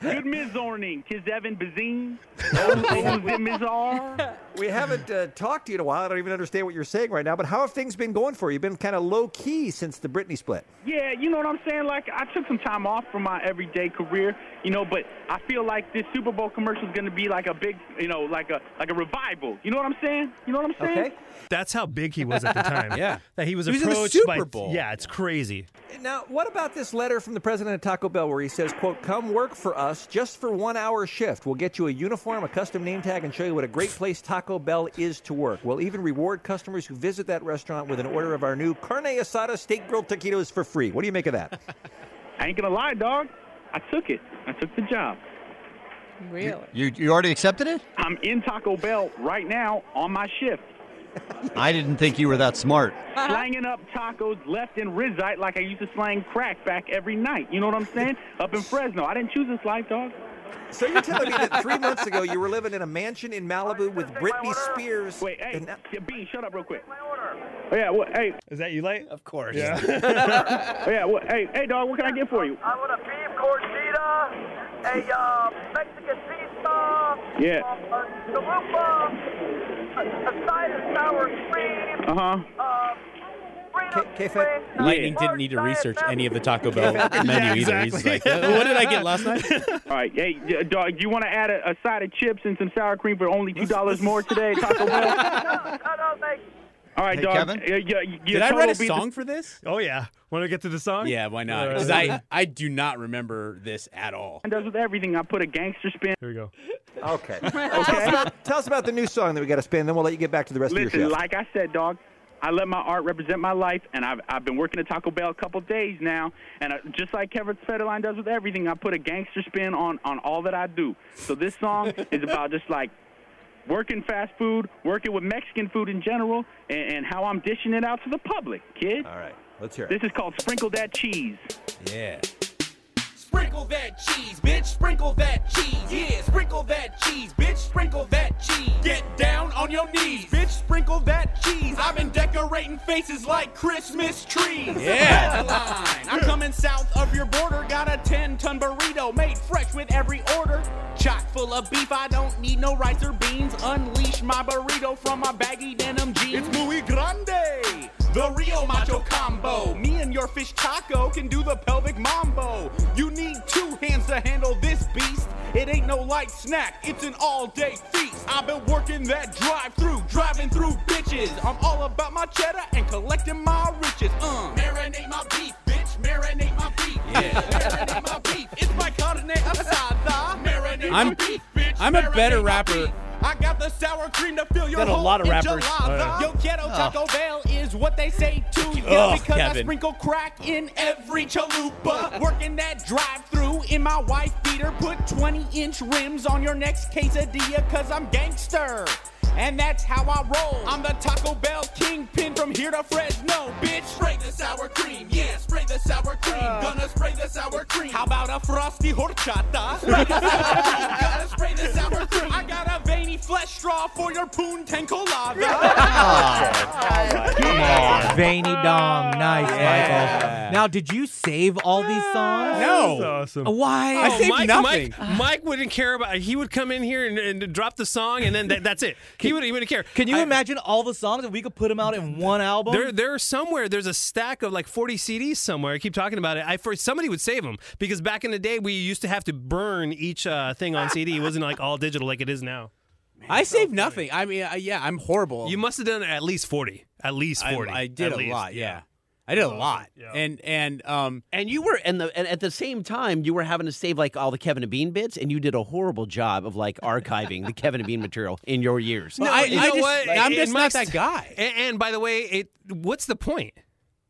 K: Good morning. Tis Evan Bazine. Ozzy Mizar.
J: We haven't uh, talked to you in a while. I don't even understand what you're saying right now. But how have things been going for you? You've been kind of low key since the Britney split.
K: Yeah, you know what I'm saying? Like, I took some time off from my everyday career, you know, but I feel like this Super Bowl commercial is going to be like a big, you know, like a like a revival. You know what I'm saying? You know what I'm saying?
J: Okay.
C: That's how big he was at the time.
H: Yeah.
C: that he was
H: He was in the
C: approached by.
H: Super Bowl.
C: Yeah, it's crazy.
J: Now, what about this letter from the president of Taco Bell where he says, "quote Come work for us just for one hour shift. We'll get you a uniform, a custom name tag, and show you what a great place Taco Bell is to work. We'll even reward customers who visit that restaurant with an order of our new carne asada steak grilled taquitos for free." What do you make of that?
K: I ain't going to lie, dog. I took it. I took the job.
L: Really? You, you already accepted it?
K: I'm in Taco Bell right now on my shift,
L: I didn't think you were that smart.
J: Uh-huh.
K: slanging up tacos left and Rizite like I used to slang crack back every night. You know what I'm saying? Up in Fresno. I didn't choose this life, dog.
J: so you're telling me that three months ago you were living in a mansion in Malibu with Britney Spears?
K: Wait, hey,
J: and now-
K: yeah, Bean, shut up real quick. Oh, yeah, what, hey,
C: Is that you, light?
B: Of course.
K: oh, yeah, what, hey, hey, dog, what can I get for you?
F: I want a beef cordita, a uh, Mexican pizza,
K: Yeah.
F: uh, a chalupa, a, a side of sour cream,
K: Uh huh.
F: uh, three
J: K-Fed?
H: Lightning didn't need to research any of the Taco Bell menu either. He's like, "Uh, what did I get last night?
K: All right, hey, d- dog, you want to add a, a side of chips and some sour cream for only two dollars more today, at Taco Bell? All right,
H: Hey,
K: dog.
H: Kevin?
K: Yeah, yeah, yeah,
H: Did I
K: Toto
H: write a
K: beat the-
H: song for this?
C: Oh yeah. Want to get to the song?
H: Yeah, why not?
C: All right.
H: Because I, I do not remember this at all.
K: And does with everything. I put a gangster spin.
C: Here we go.
J: Okay. okay. Tell us about the new song that we got to spin, then we'll let you get back to the rest of your
K: Listen,
J: show.
K: like I said, dog, I let my art represent my life, and I've, I've been working at Taco Bell a couple days now, and I, just like Kevin Federline does with everything, I put a gangster spin on, on all that I do. So this song is about just like working fast food, working with Mexican food in general, and, and how I'm dishing it out to the public, kid. All
J: right, let's hear
K: This is called Sprinkle That Cheese.
H: Yeah.
G: Sprinkle that cheese, bitch. Sprinkle that cheese. Yeah, sprinkle that cheese, bitch. Sprinkle that cheese. Get down on your knees, bitch. Sprinkle that cheese. I've been decorating faces like Christmas trees.
H: Yeah.
G: Line. I'm coming south of your border. Got a 10 ton burrito made fresh with every order. Chock full of beef. I don't need no rice or beans. Unleash my burrito from my baggy denim jeans. It's muy grande. The Rio Macho combo. Me and your fish taco can do the pelvic mambo. You need two hands to handle this beast. It ain't no light snack, it's an all day feast. I've been working that drive through, driving through bitches. I'm all about my cheddar and collecting my riches. Uh. Marinate my beef, bitch. Marinate my beef. Yeah. Marinate my beef. It's my carne asada. Marinate my
H: I'm,
G: beef, bitch.
H: I'm a
G: Marinate
H: better
G: my
H: rapper.
G: I got the sour cream to fill your
H: Got a
G: hole
H: lot of
G: in
H: rappers.
G: Jalada.
H: Uh,
G: Yo, ghetto
H: ugh.
G: Taco Bell is what they say to you
H: Ugh,
G: because I
H: Oh, Kevin.
G: sprinkle crack in every chalupa. Working that drive-through in my wife beater. Put 20-inch rims on your next quesadilla because I'm gangster. And that's how I roll. I'm the Taco Bell kingpin from here to Fresno, bitch. Spray the sour cream, yeah, spray the sour cream.
H: Uh.
G: Gonna spray the sour cream. How about a frosty horchata? Spray the sour cream. Gonna spray the sour cream. I got a veiny flesh straw for your punten colada.
I: Come
D: on. Veiny dong. Nice,
I: Michael. Now, did you save all these songs?
C: No. That's awesome.
I: Why?
C: Oh, Mike, Mike, Mike wouldn't care about. He would come in here and, and drop the song, and then that, that's it. He would. He wouldn't care.
I: Can you imagine all the songs if we could put them out in one album?
C: There, there are somewhere. There's a stack of like 40 CDs somewhere. I keep talking about it. I for somebody would save them because back in the day we used to have to burn each uh, thing on CD. It wasn't like all digital like it is now.
H: I saved nothing. I mean, I, yeah, I'm horrible.
C: You must have done at least 40. At least
H: I-
C: 40.
H: I did
C: At
H: a
C: least,
H: lot, yeah. I did a lot. And and um
B: and you were and the and at the same time you were having to save like all the Kevin and Bean bits and you did a horrible job of like archiving the Kevin and Bean material in your years.
C: No, you know what?
B: Like,
C: I'm
B: it
C: just not
B: must-
C: that guy. And, and by the way, it what's the point?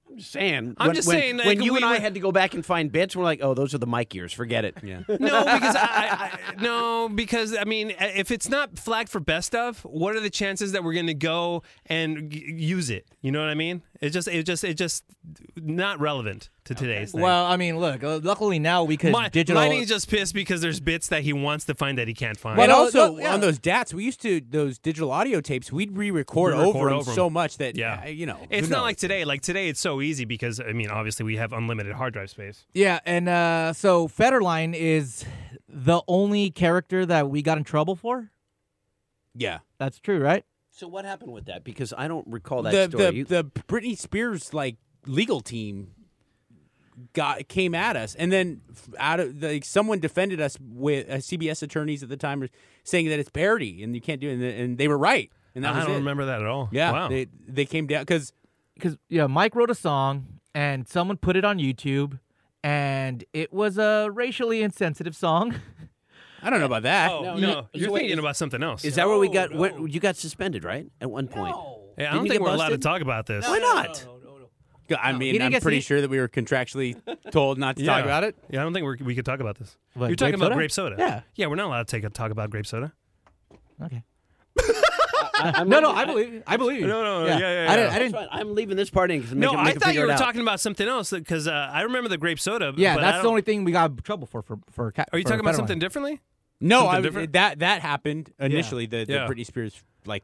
B: I'm just saying.
C: I'm
B: when,
C: just
B: when-
C: saying,
B: when
C: like,
B: you
C: we
B: and I
C: were-
B: had to go back and find bits, we're like, oh, those are the mic years. Forget it. Yeah.
C: No, because I, I, I no, because I mean, if it's not flagged for best of, what are the chances that we're going to go and g- use it? You know what I mean? It's just, it just, it just not relevant to today's. thing.
I: Well, I mean, look. uh, Luckily now we could
C: My,
I: digital.
C: Lightning's just pissed because there's bits that he wants to find that he can't find.
H: and also on those DATs, we used to those digital audio tapes. We'd
C: Re-record
H: re-record, over, 'em
C: over 'em.
H: so much that
C: Yeah.
H: uh, you know
C: it's
H: who
C: not
H: knows?
C: like today. Like today, it's so easy because I mean, obviously we have unlimited hard drive space.
I: Yeah, and uh, so Federline is the only character that we got in trouble for.
H: yeah.
I: That's true, right?
B: So what happened with that? Because I don't recall that
H: the,
B: story.
H: The,
B: You-
H: the Britney Spears like legal team got came at us, and then f- out of like someone defended us with uh, CBS attorneys at the time were saying that it's parody and you can't do it, and, th- and they were right. And that
C: I
H: was
C: don't
H: it.
C: remember that at all.
H: Yeah,
C: Wow.
H: they they came down because
I: Because yeah, Mike wrote a song and someone put it on YouTube, and it was a racially insensitive song.
H: I don't know about that.
C: Oh, No, no. no. You're So wait, thinking is- about something else.
B: Is that where we got? Where, you got suspended, right? At one point.
C: Yeah, I
B: Didn't
C: don't
B: you
C: think
B: get
C: we're allowed to
B: busted?
C: talk about this.
B: Why not?
H: I
B: he
H: mean,
B: didn't
H: I'm
B: get
H: pretty
B: seen-
H: sure that we were contractually told not to talk about it.
C: Yeah, I don't think we're, we could talk about this.
H: What,
C: You're talking
H: grape
C: about
H: soda?
C: grape soda.
H: Yeah.
C: yeah, we're not allowed to take a talk about grape soda.
I: no, no, I believe. I believe.
C: No, no, no, yeah, yeah. yeah,
B: I didn't. I didn't I'm leaving this part in because
C: no, I thought you were talking about something else because uh, I remember the grape soda.
I: Yeah,
C: but I
I: that's the
C: don't-
I: only thing we got in troutrouble for for for. Ca-
C: Are you
I: for
C: talking about
I: Federline.
C: something differently?
H: No,
C: Something
H: I,
C: different?
H: that that happened initially. The, the
C: Yeah.
H: Britney Spears like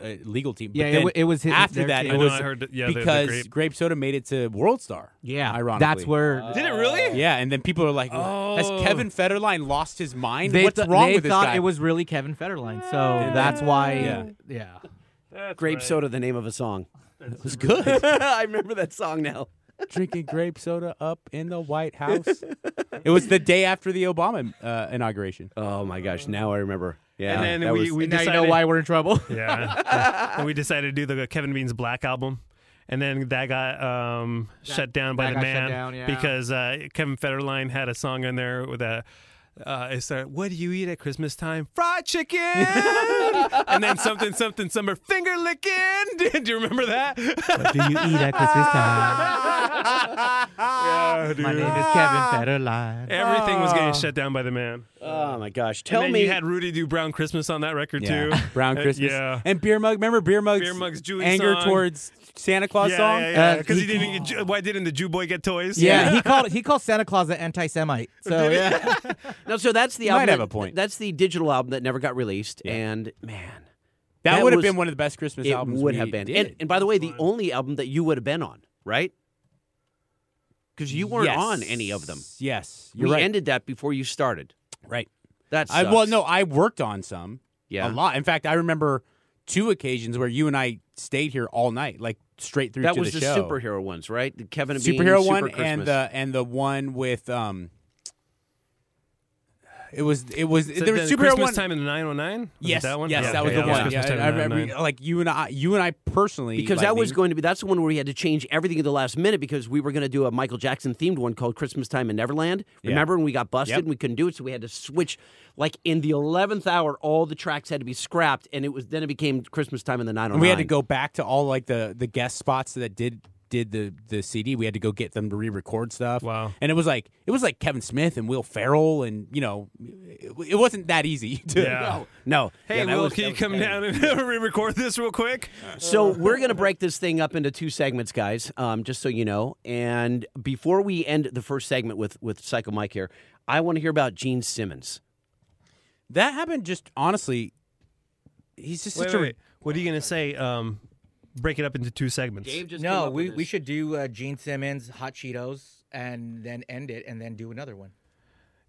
H: uh, legal team.
I: Yeah,
H: but
I: it
H: then
I: wa- it was his-
H: after
I: their
H: that.
I: team.
H: It
I: I know,
H: was
I: I heard that- yeah, the- the
H: because
I: grape-
H: grape soda made it to World Star.
I: Yeah,
H: ironically,
I: that's where-
C: Did it really?
H: Yeah, and then people are like, "Has Kevin Federline lost his mind?
I: They
H: What's
I: th-
H: wrong
I: they
H: with this
I: thought
H: guy?"
I: it was really Kevin Federline, so that's why. Yeah.
B: Grape soda, the name of a song. It was good. I remember that song now.
H: Drinking grape soda up in the White House. it was the day after the Obama uh, inauguration.
B: Oh my gosh! Now I remember. Yeah,
C: and then we, we decided, yeah, and we decided to do the Kevin Beans Black album, and then that got um, shut down by
I: that
C: the
I: got shut
C: man
I: down, yeah.
C: because uh, Kevin Federline had a song in there with a. Uh, it started, what do you eat at Christmas time? Fried chicken! and then something, something, summer finger licking. do you remember that?
I: What do you eat at Christmas time? My name is Kevin Federline.
C: Everything was getting shut down by the man.
B: Oh my gosh!
C: And
B: Tell
C: then
B: me
C: you had Rudy do Brown Christmas on that record
H: Yeah.
C: too.
H: Brown
C: Uh,
H: Christmas.
C: yeah.
H: And Beer Mug. Remember Beer Mug's,
C: Beer Mug's Jewish
H: anger
C: song.
H: towards Santa Claus
C: yeah,
H: song? Uh,
C: Yeah, yeah. Because he didn't. get Ju- Why didn't the Jew boy get toys?
H: Yeah,
I: he called he called Santa Claus an anti-Semite. So
B: Did he?
I: yeah.
B: no, so that's the
H: You might
B: album.
H: have
B: that-
H: a point.
B: That's the digital album that never got released, and man,
H: That would have
B: was-
H: been one of the best Christmas
B: it
H: albums
B: Would
H: we
B: have been.
H: did.
B: And, and by the way, the only album that you would have been on, right? Because you weren't
H: Yes.
B: on any of them.
H: Yes, you're
B: we
H: right.
B: ended that before you started.
H: Right.
B: That's
H: I, well, no, I worked on some.
B: Yeah.
H: a lot. In fact, I remember two occasions where you and I stayed here all night, like straight through
B: That
H: to
B: was
H: the,
B: the,
H: show.
B: superhero ones, right? The Kevin and Bean
H: superhero
B: Super
H: one
B: Christmas.
H: and uh, the and the one with um. It was it was
C: So
H: there was
C: then
H: superhero
C: Christmas
H: one.
C: time in the 909? Was it
H: yes,
C: that one?
H: yes,
C: Yeah,
H: that was
C: okay,
H: the one.
C: Christmas
H: Yeah,
C: time in
H: I remember,
C: 909.
H: like you and I, you and I personally,
B: because
H: like,
B: that was
H: maybe-
B: going to be that's the one where we had to change everything at the last minute because we were going to do a Michael Jackson themed one called Christmas Time in Neverland.
H: Yeah.
B: Remember when we got busted
H: Yep.
B: and we couldn't do it, so we had to switch. Like in the eleventh hour, all the tracks had to be scrapped, and it was then it became Christmas Time in the nine.
H: And we had to go back to all like the the guest spots that did did the the CD. We had to go get them to re-record stuff. Wow. And it was like it was like Kevin Smith and Will Ferrell and you know it, it wasn't that easy. To,
C: Yeah.
H: Oh, No.
B: No.
C: Hey,
B: Yeah, that
C: Will,
B: was-
C: can
B: that
C: you
B: was
C: come
B: heavy.
C: down and re-record this real quick?
B: So we're going to break this thing up into two segments, guys. Um, just so you know, and before we end the first segment with with Psycho Mike here, I want to hear about Gene Simmons.
H: That happened just honestly. He's just
C: Wait,
H: such
C: wait,
H: a
C: wait. What are you gonna say? Um, break it up into two segments.
I: no, we, we should do uh, Gene Simmons, Hot Cheetos, and then end it, and then do another one.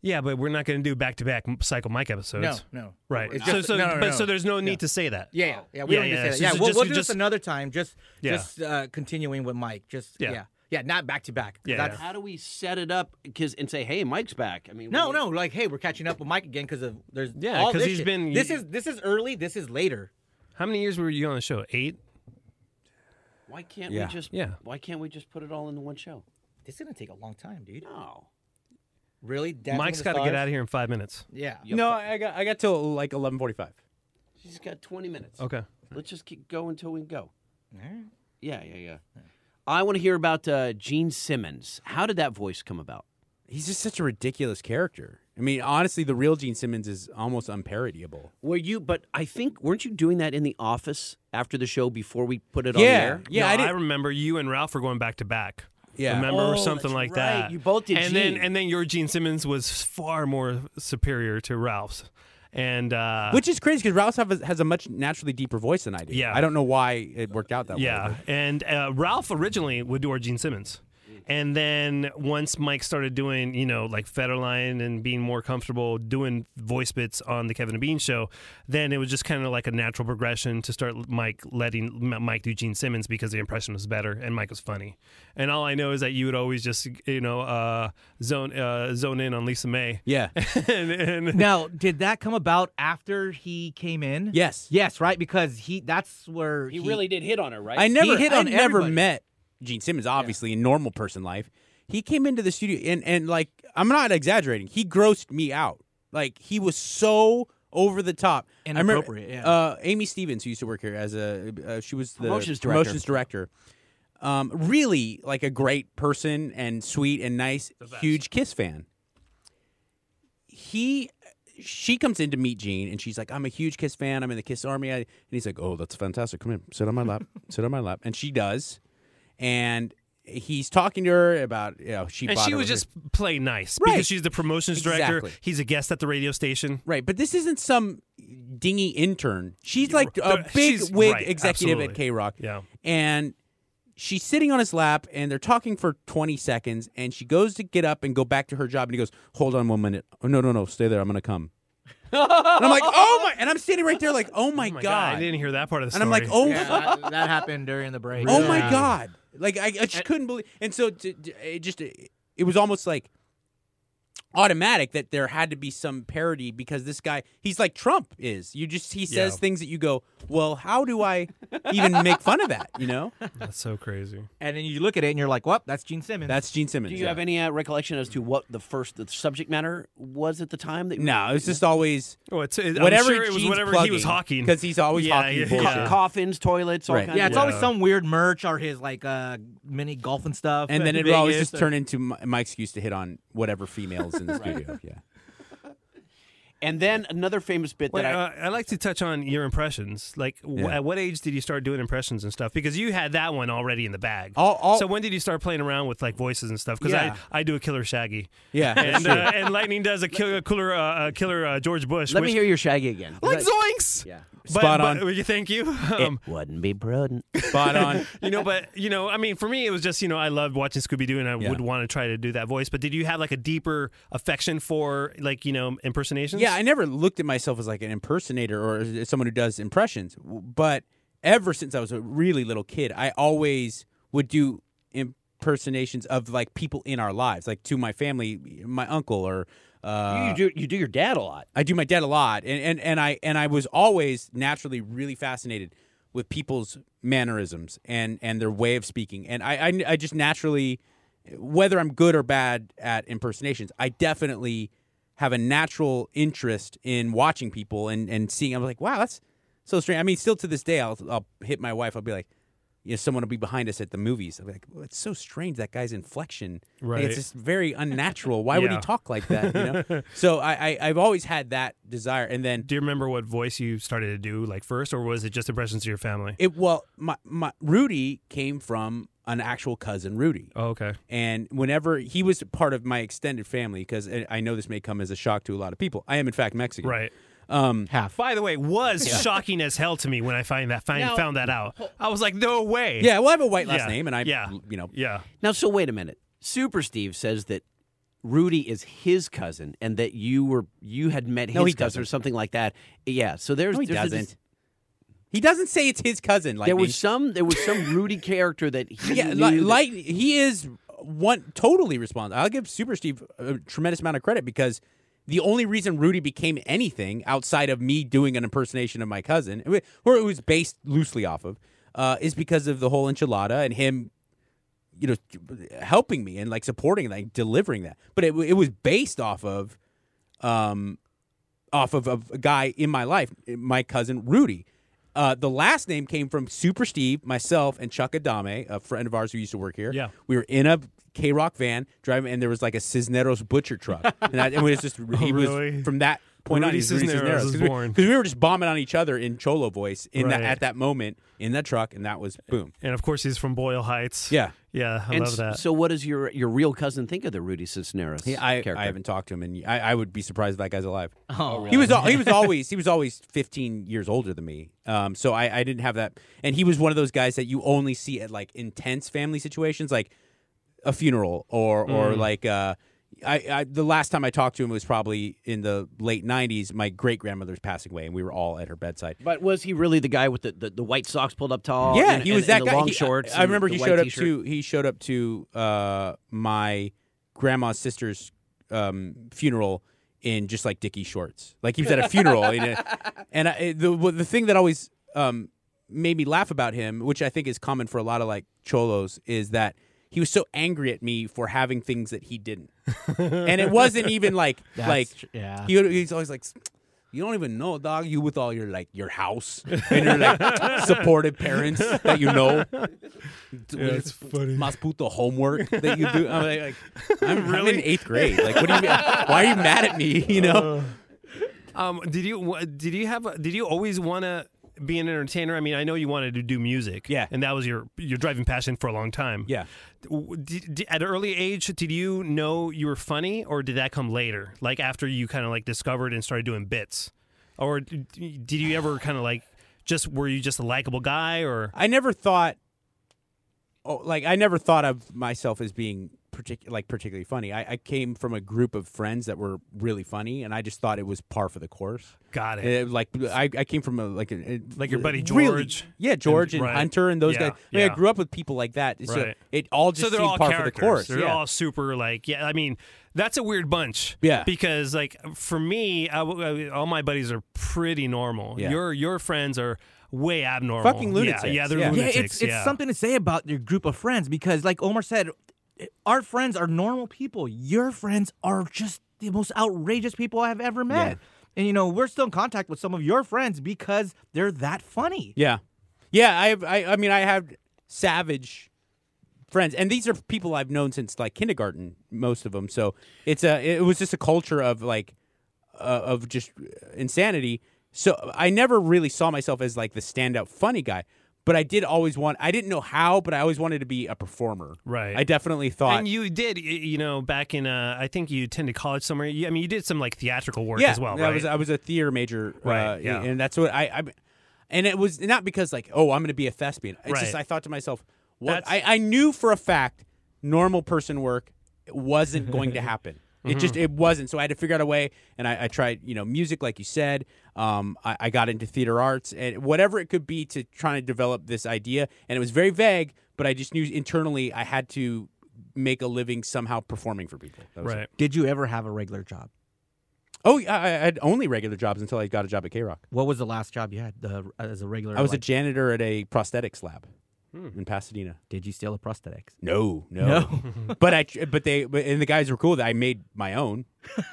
C: Yeah, but we're not gonna do back-to-back Psycho Mike episodes.
I: No, no.
C: Right.
I: It's
C: so,
I: just-
C: so,
I: no, no,
C: but,
I: no.
C: so there's no need to say that.
I: Yeah, yeah, yeah. We don't need to say that.
C: so
I: Yeah,
C: just-
I: we'll, we'll
C: just-
I: do
C: just-
I: this another time. Just,
C: Yeah.
I: just uh, continuing with Mike. Just,
C: Yeah.
I: yeah, yeah, not back to back. 'cause
C: Yeah,
I: that's-
B: How do we set it up? Because and say, hey, Mike's back. I mean,
I: No, no. Like, hey, we're catching up with Mike again because of there's
C: Yeah,
I: all
C: 'cause
I: this
C: he's
I: shit.
C: been-
I: This is this is early. This is later.
C: How many years were you on the show? Eight.
B: Why can't
C: Yeah.
B: we just?
C: Yeah.
B: Why can't we just put it all into one show?
I: This is gonna take a long time, dude.
B: No.
I: Really, Dancing
C: Mike's
I: with the
C: got to get
I: Stars?
C: out of here in five minutes.
I: Yeah.
H: no. I got I got till like eleven forty five.
B: She's got 20 minutes.
C: Okay.
B: Let's just keep go until we go.
I: Alright.
B: Yeah, yeah, yeah. I want to hear about uh, Gene Simmons. How did that voice come about?
H: He's just such a ridiculous character. I mean, honestly, the real Gene Simmons is almost unparodyable.
B: Were you? But I think weren't you doing that in the office after the show before we put it on the
H: Yeah,
B: air?
H: yeah,
C: No,
H: I
C: I,
H: didn't-
C: remember you and Ralph were going back to back.
H: Yeah.
C: remember
B: Oh,
C: or something
B: that's
C: like
B: right.
C: that.
B: You both did
C: And then
B: Gene.
C: and then your Gene Simmons was far more superior to Ralph's, and uh,
H: Which is crazy because Ralph have- has a much naturally deeper voice than I do.
C: Yeah.
H: I don't know why it worked out that way.
C: yeah, and uh, Ralph originally would do our Gene Simmons. And then once Mike started doing, you know, like Federline and being more comfortable doing voice bits on the Kevin and Bean show, then it was just kind of like a natural progression to start Mike letting M- Mike do Gene Simmons because the impression was better and Mike was funny. And all I know is that you would always just, you know, uh, zone uh, zone in on Lisa May.
H: Yeah.
C: and, and
I: Now, did that come about after he came in?
H: Yes.
I: Yes, right? Because he that's where
B: He really did hit on her, right?
H: I
I: He
H: never
I: hit
H: I
I: on
H: never
I: everybody.
H: met Gene Simmons, obviously, in normal person life. He came into the studio and, and like I'm not exaggerating, he grossed me out. Like he was so over the top.
I: Inappropriate,
H: I
I: yeah.
H: remember uh, Amy Stevens, who used to work here as a uh, she was the
B: Promotions director.
H: promotions director. Um, really like a great person and sweet and nice, huge Kiss fan. he she comes in to meet Gene and she's like, I'm a huge Kiss fan. I'm in the Kiss Army. I, and he's like, Oh, that's fantastic. Come in, sit on my lap, sit on my lap. And she does. And he's talking to her about, you know, she
C: and
H: bought
C: she
H: it
C: was
H: with her-
C: just play nice
H: Right.
C: because she's the promotions director.
H: Exactly.
C: He's a guest at the radio station.
H: Right, but this isn't some dingy intern. She's like a
C: There-
H: big
C: she's-
H: wig
C: right,
H: executive at
C: absolutely.
H: K Rock.
C: Yeah.
H: And she's sitting on his lap and they're talking for 20 seconds and she goes to get up and go back to her job and he goes, Hold on one minute. Oh, no, no, no, stay there. I'm going to come. And I'm like, oh my! And I'm standing right there, like, oh my,
C: my
H: god.
C: God, I didn't hear that part of the
H: And I'm like,
C: story.
H: oh,
C: Yeah,
H: my-
I: that happened during the break.
H: Oh my
I: Yeah.
H: god! Like I, I just couldn't believe. And so to, to- it just it was almost like automatic that there had to be some parody because this guy he's like Trump is. You just he says
C: Yeah.
H: things that you go, well, how do I even make fun of that? You know,
C: That's so crazy.
I: And then you look at it and you're like, "What? That's Gene Simmons."
H: that's Gene Simmons.
B: Do you have any uh, recollection as to what the first the subject matter was at the time? That you-
H: No, it's just always
C: Oh, it's, it, I'm
H: whatever
C: sure it was
H: Gene's
C: whatever he was hawking.
H: because he's always
C: Yeah,
H: hawking
C: yeah,
H: bullshit.
C: yeah.
B: coffins, toilets, all
H: Right.
B: kinds.
I: yeah,
B: of
I: it's
C: Yeah.
I: always some weird merch or his like uh mini golf and stuff.
H: And then it would
I: Vegas
H: always just
I: or-
H: turn into my, my excuse to hit on whatever females in the studio. Yeah.
B: And then another famous bit
C: Wait,
B: that I,
C: uh, I'd like to touch on your impressions. Like, w-
H: Yeah.
C: at what age did you start doing impressions and stuff? Because you had that one already in the bag.
H: All- all-
C: so when did you start playing around with like voices and stuff? Because
H: Yeah.
C: I, I do a killer Shaggy.
H: Yeah, that's
C: and,
H: true.
C: uh, and Lightning does a killer, killer, uh, a killer uh, George Bush.
B: let
C: which,
B: me hear your shaggy again.
C: Like
B: That-
C: Zoinks.
B: yeah,
C: But-
H: Spot
C: but-
H: on.
C: you thank you.
B: it
C: Um,
B: wouldn't be prudent.
H: Spot on.
C: you know, but you know, I mean, for me, it was just you know, I loved watching Scooby Doo, and I
H: Yeah.
C: would want to try to do that voice. But did you have like a deeper affection for like you know impersonations?
H: Yeah, I never looked at myself as like an impersonator or as someone who does impressions. W- But ever since I was a really little kid, I always would do impersonations of like people in our lives, like to my family, my uncle, or uh,
B: you do you do your dad a lot.
H: I do my dad a lot, and, and and I and I was always naturally really fascinated with people's mannerisms and and their way of speaking, and I I, I just naturally, whether I'm good or bad at impersonations, I definitely have a natural interest in watching people and and seeing. I'm like, wow, that's so strange. I mean, still to this day, I'll I'll hit my wife. I'll be like. You know, someone will be behind us at the movies. I'll be like, well, it's so strange that guy's inflection. Like,
C: Right.
H: it's just very unnatural. Why would he
C: Yeah.
H: talk like that? You know. so I, I I've always had that desire, and then
C: Do you remember what voice you started to do like first, or was it just impressions of your family?
H: it well my my Rudy came from an actual cousin Rudy.
C: Oh, okay.
H: And whenever he was part of my extended family, because I know this may come as a shock to a lot of people, I am in fact Mexican.
C: Right.
H: Um,
I: half.
C: By the way, was shocking as hell to me when I find that find,
B: Now-
C: found that out. I was like, no way.
H: yeah. Well, I have a white last
C: Yeah.
H: name, and I,
C: Yeah.
H: you know,
C: Yeah.
B: Now, so wait a minute. Super Steve says that Rudy is his cousin, and that you were you had met his
H: No, he
B: cousin
H: doesn't.
B: or something like that. Yeah. So there's
H: no, he
B: there's a-
H: doesn't. He doesn't say it's his cousin. Like
B: there
H: me.
B: was some there was some Rudy character that he
H: yeah,
B: knew
H: like,
B: that-
H: like he is one totally responsible. I'll give Super Steve a tremendous amount of credit because the only reason Rudy became anything outside of me doing an impersonation of my cousin, or it was based loosely off of, uh, is because of the whole enchilada and him, you know, helping me and like supporting, like delivering that. But it it was based off of, um, off of, of a guy in my life, my cousin Rudy. Uh, the last name came from Super Steve, myself, and Chuck Adame, a friend of ours who used to work here.
C: Yeah.
H: we were in a K Rock van driving, and there was like a Cisneros butcher truck, and, I, and it was just he
C: Oh, really?
H: was from that point on.
C: Rudy
H: He's Rudy
C: Cisneros
H: Cisneros
C: was
H: because we,
C: born.
H: 'cause we were just bombing on each other in cholo voice in that
C: Right.
H: at that moment in that truck, and that was boom.
C: And of course, he's from Boyle Heights.
H: Yeah.
C: Yeah. I
B: and
C: love
B: s-
C: that.
B: So what does your your real cousin think of the Rudy Cisneros?
H: Yeah, I,
B: character?
H: I haven't talked to him, and I, I would be surprised if that guy's alive.
I: Oh,
H: He was al- he was always he was always 15 years older than me. Um, so I, I didn't have that, and he was one of those guys that you only see at like intense family situations, like a funeral or
I: Mm.
H: or like uh, I, I the last time I talked to him was probably in the late 90s. My great grandmother's passing away, and we were all at her bedside.
B: But was he really the guy with the, the, the white socks pulled up tall?
H: Yeah,
B: and-
H: he
B: and-
H: was that
B: and
H: guy.
B: The long
H: He- I-
B: shorts.
H: I,
B: and
H: remember
B: the
H: he
B: white
H: showed
B: t-shirt.
H: up to he showed up to uh, my grandma's sister's um, funeral in just like Dickie shorts. Like he was at a funeral, you know? and I, the well, the thing that always um, made me laugh about him, which I think is common for a lot of like cholos, is that. He was so angry at me for having things that he didn't, and it wasn't even like
I: That's
H: like
I: tr- yeah.
H: he would- he's always like, you don't even know, dog. You with all your like your house and your like supportive parents that you know.
C: it's funny.
H: Mas puto homework that you do. I'm like, like I'm really in eighth grade. Like, what do you mean? Why are you mad at me? You know?
C: Um, did you wha- did you have a- did you always want to be an entertainer? I mean, I know you wanted to do music,
H: Yeah.
C: and that was your your driving passion for a long time.
H: Yeah.
C: W- Did, did, at an early age, did you know you were funny, or did that come later? Like after you kind of like discovered and started doing bits, or d- did you ever kind of like just were you just a likable guy, or
H: I never thought. Oh, like I never thought of myself as being partic- like particularly funny. I, I came from a group of friends that were really funny, and I just thought it was par for the course.
C: Got it.
H: Uh, like I, I came from a like a,
C: Like your buddy
H: really-
C: George
H: yeah,
C: and-
H: George and,
C: right.
H: Hunter and those
C: Yeah,
H: guys. I, mean,
C: yeah.
H: I grew up with people like that. So
C: Right.
H: it all just
C: so they're
H: seemed
C: all
H: par
C: characters.
H: for the course.
C: They're
H: yeah.
C: all super like yeah. I mean, that's a weird bunch.
H: Yeah.
C: Because like for me, I w- I- all my buddies are pretty normal.
H: Yeah.
C: Your your friends are way abnormal.
I: Fucking
C: Yeah,
I: lunatics.
C: Yeah, they're lunatics.
I: it's, it's
C: yeah.
I: something to say about your group of friends because, like Omar said, our friends are normal people. Your friends are just the most outrageous people I've ever met. And you know, we're still in contact with some of your friends because they're that funny.
H: Yeah, yeah. I have. I, I mean, I have savage friends, and these are people I've known since like kindergarten. Most of them. So it's a. It was just a culture of like, uh, of just insanity. So I never really saw myself as like the standout funny guy, but I did always want. I didn't know how, but I always wanted to be a performer.
C: Right.
H: I definitely thought.
C: And you did, y- you know, back in uh, I think you attended college somewhere. You- I mean, you did some like theatrical work
H: yeah,
C: as well,
H: I
C: right?
H: was I was a theater major,
C: Right,
H: Uh,
C: yeah.
H: and that's what I, I. And it was not because like, oh, I'm going to be a thespian. It's just
C: Right.
H: I thought to myself, what I, I knew for a fact, normal person work wasn't going to happen. It just
C: Mhm.
H: it wasn't. So I had to figure out a way, and I, I tried, you know, music, like you said. Um, I, I got into theater arts and whatever it could be to try and develop this idea. And it was very vague, but I just knew internally I had to make a living somehow performing for people. That was it.
I: Did you ever have a regular job?
H: Oh, yeah, I I had only regular jobs until I got a job at K Rock.
I: What was the last job you had the, as a regular?
H: I was a
I: like-
H: janitor at a prosthetics lab
I: Hmm.
H: in Pasadena.
I: Did you steal a prosthetics?
H: No, no. but I, tr- but they, but, and the guys were cool. That I made my own.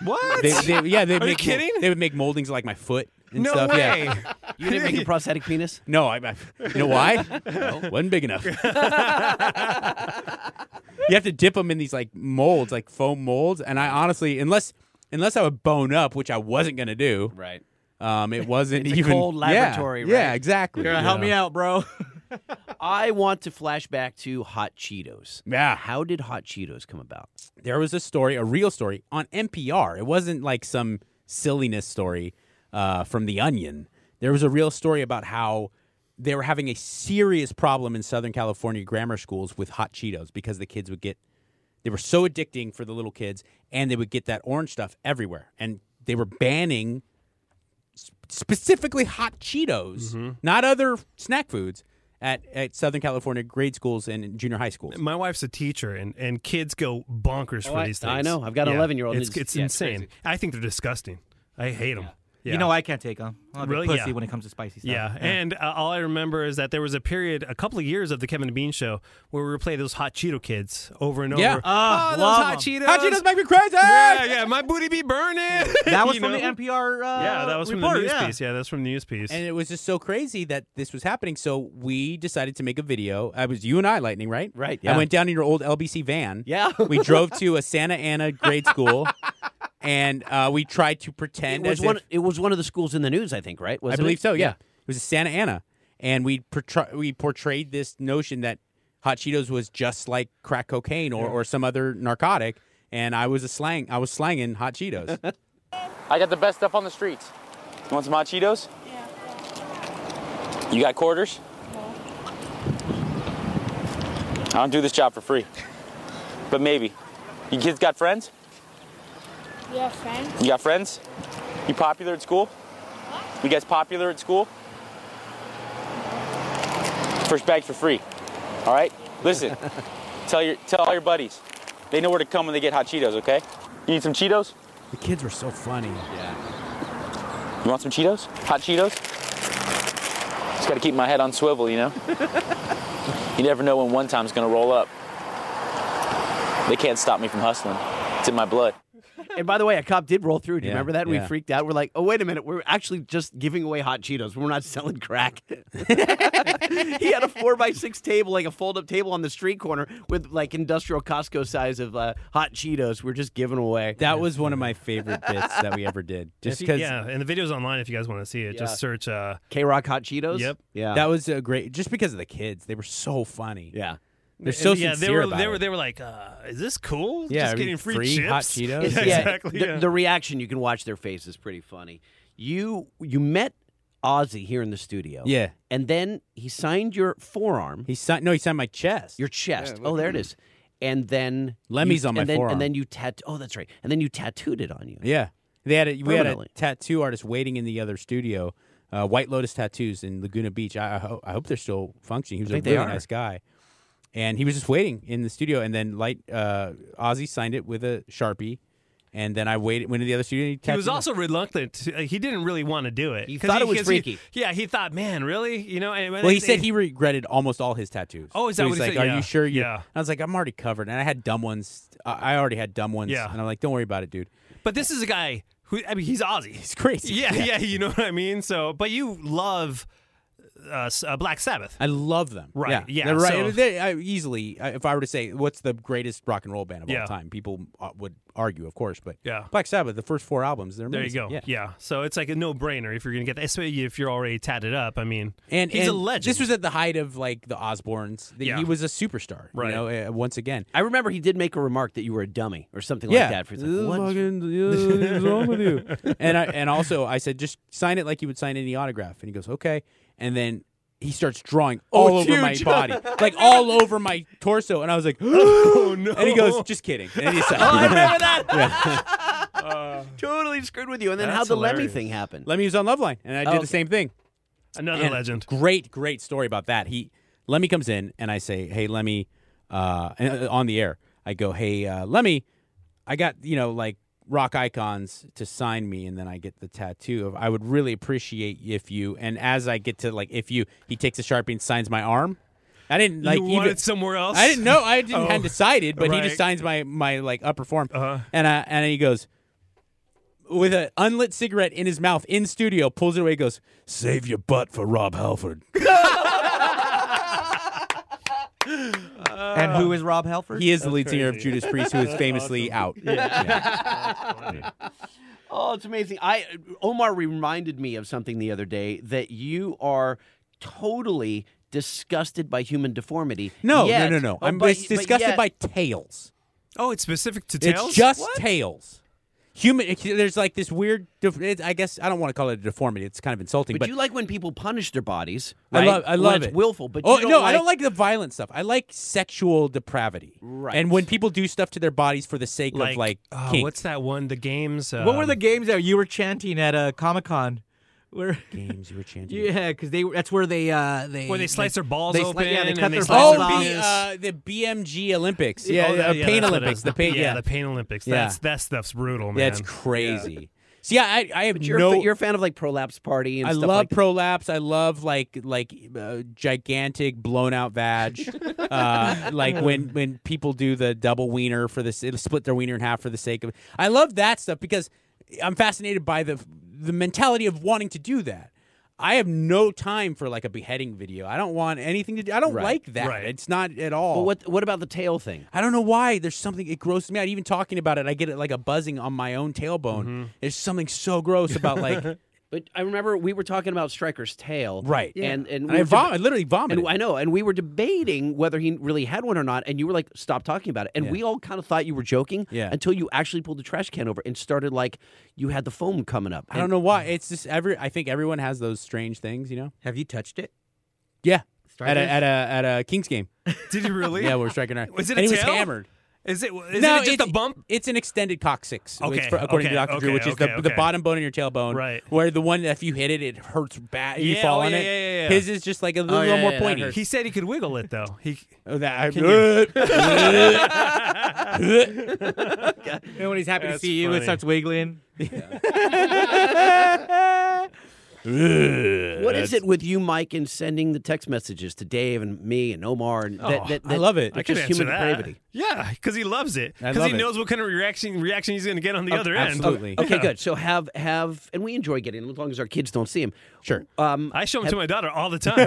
C: What?
H: They, they, yeah, they
C: Are you
H: make mo-
C: kidding?
H: they would make moldings of, like my foot. And
C: No
H: stuff.
C: way.
H: Yeah.
B: You didn't make a prosthetic penis?
H: No, I, I you know why? No, wasn't big enough. you have to dip them in these like molds, like foam molds. And I honestly, unless unless I would bone up, which I wasn't gonna do,
B: right?
H: Um, it wasn't
B: It's a
H: even
B: cold
H: yeah,
B: laboratory,
H: Yeah,
B: right?
H: exactly.
B: You're gonna help me
H: Yeah.
I: out, bro.
B: I want to flash back to Hot Cheetos.
H: Yeah.
B: How did Hot Cheetos come about?
H: there was a story, a real story on NPR. It wasn't like some silliness story uh, from The Onion. There was a real story about how they were having a serious problem in Southern California grammar schools with hot Cheetos because the kids would get, they were so addicting for the little kids and they would get that orange stuff everywhere. And they were banning s- specifically hot Cheetos, not other snack foods. At, at Southern California grade schools and junior high schools.
C: My wife's a teacher, and, and kids go bonkers
B: Oh,
C: for
B: I-
C: these things.
B: I know. I've got an
C: Yeah.
B: 11-year-old and
C: It's,
B: it's-
C: it's
B: yeah, it's
C: insane.
B: crazy.
C: I think they're disgusting. I hate them.
I: You know, I can't take them. I'm a big pussy when it comes to spicy stuff.
C: Yeah,
I: Yeah.
C: and uh, all I remember is that there was a period, a couple of years of the Kevin and Bean show where we would play those hot Cheeto kids over and
I: Yeah.
C: over.
I: Ah,
C: oh, those
I: love
C: hot
I: 'em.
C: Cheetos!
I: Hot Cheetos make
H: me crazy.
C: Yeah, yeah, my booty be burning.
I: That was
C: You
I: from
C: know?
I: the NPR. Uh,
C: yeah, that was from
I: report,
C: the news
I: yeah.
C: piece. Yeah, that's from the news piece.
H: And it was just so crazy that this was happening. So we decided to make a video. I was you and I, Lightning, right?
B: Right,
H: I
B: yeah.
H: went down in your old LBC van.
B: Yeah.
H: we drove to a Santa Ana grade school, and uh, we tried to pretend
B: it was
H: as
B: one.
H: if
B: It was one of the schools in the news, I think. Right?
H: I
B: Wasn't
H: believe
B: it?
H: so. Yeah. it was a Santa Ana, and we portray- we portrayed this notion that hot Cheetos was just like crack cocaine or, or some other narcotic, and I was a slang. I was slanging hot Cheetos.
M: I got the best stuff on the streets. You want some hot Cheetos? Yeah. You got quarters? I don't do this job for free. But maybe. You kids got friends?
N: Yeah, friend.
M: You got friends? You popular at school? You guys popular at school? First bag for free. All right? Listen. tell your tell all your buddies. They know where to come when they get hot Cheetos, okay? You need some Cheetos?
H: the kids were so funny. Yeah.
M: You want some Cheetos? Hot Cheetos? Just gotta keep my head on swivel, you know? you never know when one time's gonna roll up. They can't stop me from hustling. It's in my blood.
B: And by the way, a cop did roll through. Do you
M: Yeah,
B: remember that? We
M: yeah.
B: freaked out. We're like, oh wait a minute, we're actually just giving away hot Cheetos. We're not selling crack. he had a four by six table, like a fold up table on the street corner with like industrial Costco size of uh, hot Cheetos. We're just giving away.
H: That was one of my favorite bits that we ever did. Just
C: If you-
H: because
C: yeah, and the video's online if you guys want to see it.
H: Yeah.
C: Just search. Uh,
B: K Rock Hot Cheetos.
C: Yep.
B: Yeah.
H: That was a great just because of the kids. They were so funny.
B: Yeah.
H: They're so
C: yeah,
H: sincere
C: they were
H: about
C: they
H: it.
C: were they were like, uh, is this cool?
H: Yeah, I
C: just
H: mean,
C: getting free,
H: free
C: chips?
H: hot Cheetos?
B: It's-
C: Yeah,
B: yeah,
C: exactly.
B: The,
C: yeah.
B: the reaction you can watch their face is pretty funny. You you met Ozzy here in the studio.
H: Yeah.
B: and then he signed your forearm.
H: He signed no, he signed my chest.
B: Your chest.
H: Yeah,
B: oh,
H: look
B: there it
H: at me.
B: is. and then
H: Lemmy's
B: you,
H: on my
B: and then,
H: forearm.
B: And then you tat. Oh, that's right. And then you tattooed it on you.
H: Yeah, they had a, we had a
B: Permanently.
H: tattoo artist waiting in the other studio, uh, White Lotus Tattoos in Laguna Beach. I I, ho- I hope they're still functioning. He was
B: I think
H: a
B: they
H: really
B: are.
H: nice guy, and he was just waiting in the studio. And then Light uh, Ozzy signed it with a sharpie, and then I waited went to the other studio. And he,
C: He was
H: tattooed it.
C: also reluctant. to- uh, He didn't really want to do it. 'Cause He
H: thought it was
C: 'cause
H: freaky.
C: yeah, he thought, man, really? You know. And,
H: Well, he said he regretted almost all his tattoos.
C: Oh, is
H: So
C: that
H: he's
C: what he
H: like?
C: said?
H: Are
C: Yeah.
H: you sure? You?
C: Yeah.
H: And I was like, I'm already covered, and I had dumb ones. I I already had dumb ones.
C: Yeah.
H: And I'm like, don't worry about it, dude.
C: But this is a guy who I mean, he's Aussie. He's
H: crazy.
C: Yeah,
H: Yeah.
C: yeah, You know what I mean? So, but you love uh, s- uh, Black Sabbath.
H: I love them.
C: Right,
H: Yeah.
C: yeah,
H: They're right.
C: so-
H: They- I- easily, I- if I were to say what's the greatest rock and roll band of
C: Yeah.
H: all time, people uh, would argue, of course. But
C: Yeah.
H: Black Sabbath, the first four albums, they're
C: There you
H: amazing.
C: go.
H: Yeah.
C: Yeah. So it's like a no-brainer if you're gonna get that, especially if you're already tatted up. I mean,
H: And
C: he's
H: and
C: a legend.
H: This was at the height of like the Osbournes. The-
C: Yeah.
H: He was a superstar.
C: Right.
H: You know, uh, once again.
B: I remember he did make a remark that you were a dummy or something
H: yeah.
B: like that. For he's
H: "Ugh,
B: like, what?
H: fucking- ugh, what's wrong with you? And I and also I said just sign it like you would sign any autograph. And he goes, okay. And then he starts drawing
B: Oh,
H: all
B: it's
H: over my
B: huge.
H: body, like all over my torso. And I was like,
C: oh no.
H: And he goes, just kidding. And he
B: oh,
H: signed
B: I
H: it.
B: remember that.
H: Yeah.
B: totally screwed with you. And then
H: That's
B: how the Lemmy
H: hilarious.
B: thing happened?
H: Lemmy was on Loveline, and I did
B: Oh, okay.
H: the same thing.
C: Another
H: And
C: legend.
H: Great, great story about that. He Lemmy comes in, and I say, "Hey, Lemmy," uh, and, uh, on the air. I go, "Hey, uh, Lemmy, I got you know like rock icons to sign me, and then I get the tattoo of. I would really appreciate if you. And as I get to like if you, he takes a sharpie and signs my arm. I didn't like
C: you
H: even-
C: wanted somewhere else.
H: I didn't know. I didn't
C: Oh.
H: hadn't decided, but he
C: Right. Uh-huh.
H: just signs my my like upper form, and I, and he goes with an unlit cigarette in his mouth in studio, pulls it away, goes, "Save your butt for Rob Halford."
I: and who is Rob Halford?
H: Um, He is the lead singer of Judas Priest, who is famously out.
B: Oh, it's amazing. I Omar reminded me of something the other day that you are totally disgusted by human deformity.
H: No,
B: yet-
H: no, no, no.
B: Oh,
H: I'm
B: but-
H: it's
B: but
H: disgusted
B: yet-
H: by tails.
C: Oh, it's specific to
H: It's
C: tails?
H: just
C: What?
H: tails. Human. There's like this weird. def- It, I guess I don't want to call it a deformity. It's kind of insulting.
B: But,
H: But,
B: you like when people punish their bodies.
H: I
B: right?
H: love. I
B: When
H: love
B: it's
H: it.
B: willful, but
H: oh
B: you don't
H: no,
B: like,
H: I don't like the violent stuff. I like sexual depravity.
B: Right.
H: And when people do stuff to their bodies for the sake
C: Like,
H: of like
C: oh,
H: kink.
C: what's that one? The games. Um,
I: What were the games that you were chanting at uh, Comic Con? Where
H: games you were chanting?
I: yeah, because they that's where they uh, they
C: Where they slice their balls
I: they
C: open
I: Sli- yeah, they
C: and
I: cut
C: they
I: their balls
C: slice their
I: off.
C: penis.
H: uh, the BMG Olympics.
C: Oh,
H: Yeah,
C: that-
H: uh,
C: yeah,
H: Pain
C: that's what it
H: Olympics.
C: is.
H: The pain.
C: Yeah,
H: Yeah,
C: the Pain Olympics.
H: Yeah.
C: That's that stuff's brutal, man.
H: That's crazy. See, I, I have
B: But you're, a
H: no.
B: fa- you're a fan of like prolapse party and
H: I
B: stuff
H: love
B: like that.
H: prolapse. I love like like uh, gigantic blown out vag. uh, like when when people do the double wiener for this, it'll split their wiener in half for the sake of. I love that stuff because I'm fascinated by the the mentality of wanting to do that. I have no time for like a beheading video. I don't want anything to do. I don't
B: Right.
H: like that.
B: Right.
H: It's not at all.
B: But what what about the tail thing?
H: I don't know why. There's something it grosses me out. Even talking about it, I get it like a buzzing on my own tailbone. There's something so gross about like
B: But I remember we were talking about Stryker's tail,
H: Right. Yeah.
B: And and,
H: And
B: we
H: I
B: were deb-
H: vom- I literally vomited.
B: And I know, and we were debating whether he really had one or not. And you were like, "Stop talking about it." And
H: Yeah.
B: we all kind of thought you were joking,
H: Yeah.
B: Until you actually pulled the trash can over and started like you had the foam coming up.
H: I don't know why. It's just every. I think everyone has those strange things. You know.
I: Have you touched it?
H: Yeah.
I: Strikers?
H: At a at a at a Kings game.
C: Did you really?
H: yeah, we're striking. Our,
C: Was it a
H: and he
C: tail?
H: was hammered.
C: Is it? Is
H: no,
C: it just
H: it's,
C: a bump?
H: It's an extended coccyx.
C: Okay,
H: It's for- according to
C: okay,
H: Dr. Drew,
C: okay,
H: which is the,
C: okay,
H: the
C: okay.
H: bottom bone in your tailbone,
C: Right.
H: Where the one that if you hit it, it hurts bad. You
C: Yeah,
H: fall
C: oh,
H: on
C: yeah,
H: it.
C: yeah, Oh, yeah, yeah.
H: His is just like a little,
B: yeah,
H: more
B: yeah, that
H: pointy.
B: hurts.
C: He said he could wiggle it though. He
H: Oh, that I,
C: Can you-
I: And when he's happy to
C: That's
I: see you, it
C: funny.
I: starts wiggling.
B: What is it with you, Mike, and sending the text messages to Dave and me and Omar? And that,
C: Oh,
B: that,
H: I love it.
B: It's
C: I could
B: just
C: answer
B: human
C: that.
B: depravity.
C: Yeah, because he loves it.
H: I
C: Because
H: love
C: he
H: it.
C: knows what kind of reaction reaction he's going to get on the
H: Ab-
C: other
H: absolutely.
C: end.
B: Okay,
C: Yeah.
B: good. So have have, and we enjoy getting them as long as our kids don't see them.
H: Sure.
B: Um,
C: I show him to my daughter all the time.